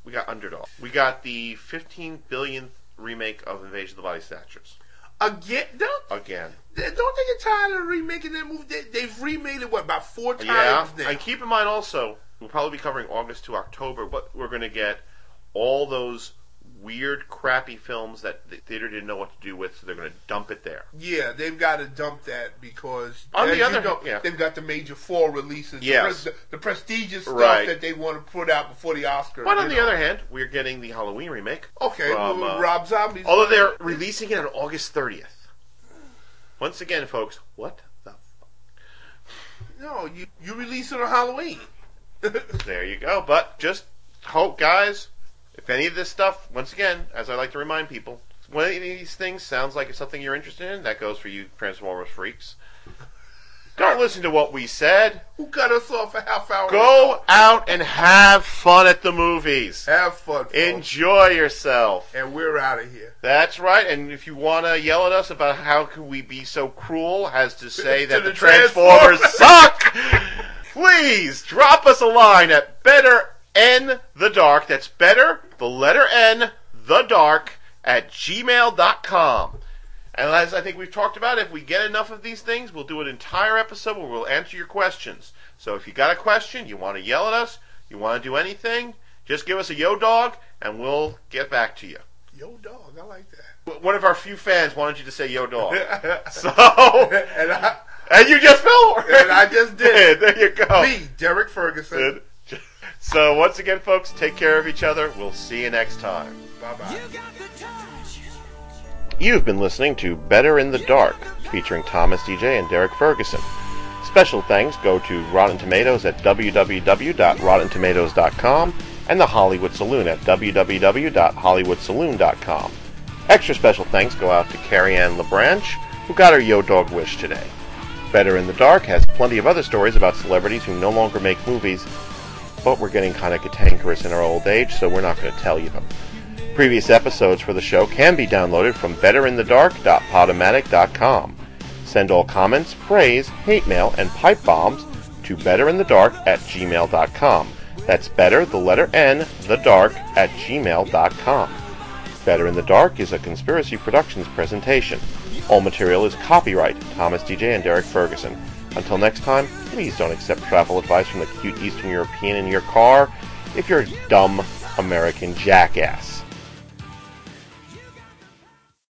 Speaker 1: We got Underdog. We got the 15 billionth remake of Invasion of the Body Snatchers
Speaker 3: Again, don't
Speaker 1: again.
Speaker 3: don't they get tired of remaking that movie? They, they've remade it what about four times
Speaker 1: Yeah,
Speaker 3: now?
Speaker 1: and keep in mind also, we'll probably be covering August to October, but we're going to get all those weird, crappy films that the theater didn't know what to do with, so they're going to dump it there.
Speaker 3: yeah, they've got to dump that because
Speaker 1: On the
Speaker 3: as you
Speaker 1: other
Speaker 3: know,
Speaker 1: hand- yeah.
Speaker 3: they've got the major four releases,
Speaker 1: Yes.
Speaker 3: the, pres- the prestigious stuff
Speaker 1: Right.
Speaker 3: that they want to put out before the Oscars.
Speaker 1: But
Speaker 3: you
Speaker 1: on the
Speaker 3: know.
Speaker 1: other hand, we're getting the Halloween remake,
Speaker 3: okay,
Speaker 1: from,
Speaker 3: well,
Speaker 1: uh,
Speaker 3: Rob Zombie's
Speaker 1: although they're releasing it on August 30th. Once again, folks, what the?
Speaker 3: no, you you release it on Halloween.
Speaker 1: There you go. But just hope, guys, if any of this stuff, once again, as I like to remind people, when any of these things sounds like it's something you're interested in, that goes for you Transformers freaks. Don't listen to what we said.
Speaker 3: Who cut us off a half hour?
Speaker 1: Go out and have fun at the movies.
Speaker 3: have fun, folks.
Speaker 1: Enjoy yourself.
Speaker 3: and we're out of here.
Speaker 1: That's right. And if you want to yell at us about how can we be so cruel as to say
Speaker 3: To
Speaker 1: that
Speaker 3: the
Speaker 1: the Transformers
Speaker 3: Transformers.
Speaker 1: suck, please drop us a line at better n the dark. That's better the letter n the dark at gmail.com. And as I think we've talked about, if we get enough of these things, we'll do an entire episode where we'll answer your questions. So if you got a question, you want to yell at us, you want to do anything, just give us a yo dog, and we'll get back to you
Speaker 3: Yo, dog, I like that.
Speaker 1: one of our few fans wanted you to say yo dog. so
Speaker 3: and I
Speaker 1: and you just know
Speaker 3: and I just did.
Speaker 1: there you go.
Speaker 3: Me, Derek Ferguson.
Speaker 1: So once again folks, take care of each other. We'll see you next time.
Speaker 3: Bye bye.
Speaker 1: You've been listening to Better in the Dark, featuring Thomas DJ and Derek Ferguson. Special thanks go to Rotten Tomatoes at www.rottentomatoes.com and The Hollywood Saloon at www.hollywoodsaloon.com. Extra special thanks go out to Carrie Ann LaBranche, who got her Yo Dog wish today. Better in the Dark has plenty of other stories about celebrities who no longer make movies, but we're getting kind of cantankerous in our old age, so we're not going to tell you them. Previous episodes for the show can be downloaded from betterinthedark.podomatic.com. Send all comments, praise, hate mail, and pipe bombs to betterinthedark at gmail.com. That's better, the letter N, the dark, at gmail.com. Better in the Dark is a Conspiracy Productions presentation. All material is copyright Thomas DJ and Derek Ferguson. Until next time, please don't accept travel advice from the cute Eastern European in your car if you're a dumb American jackass.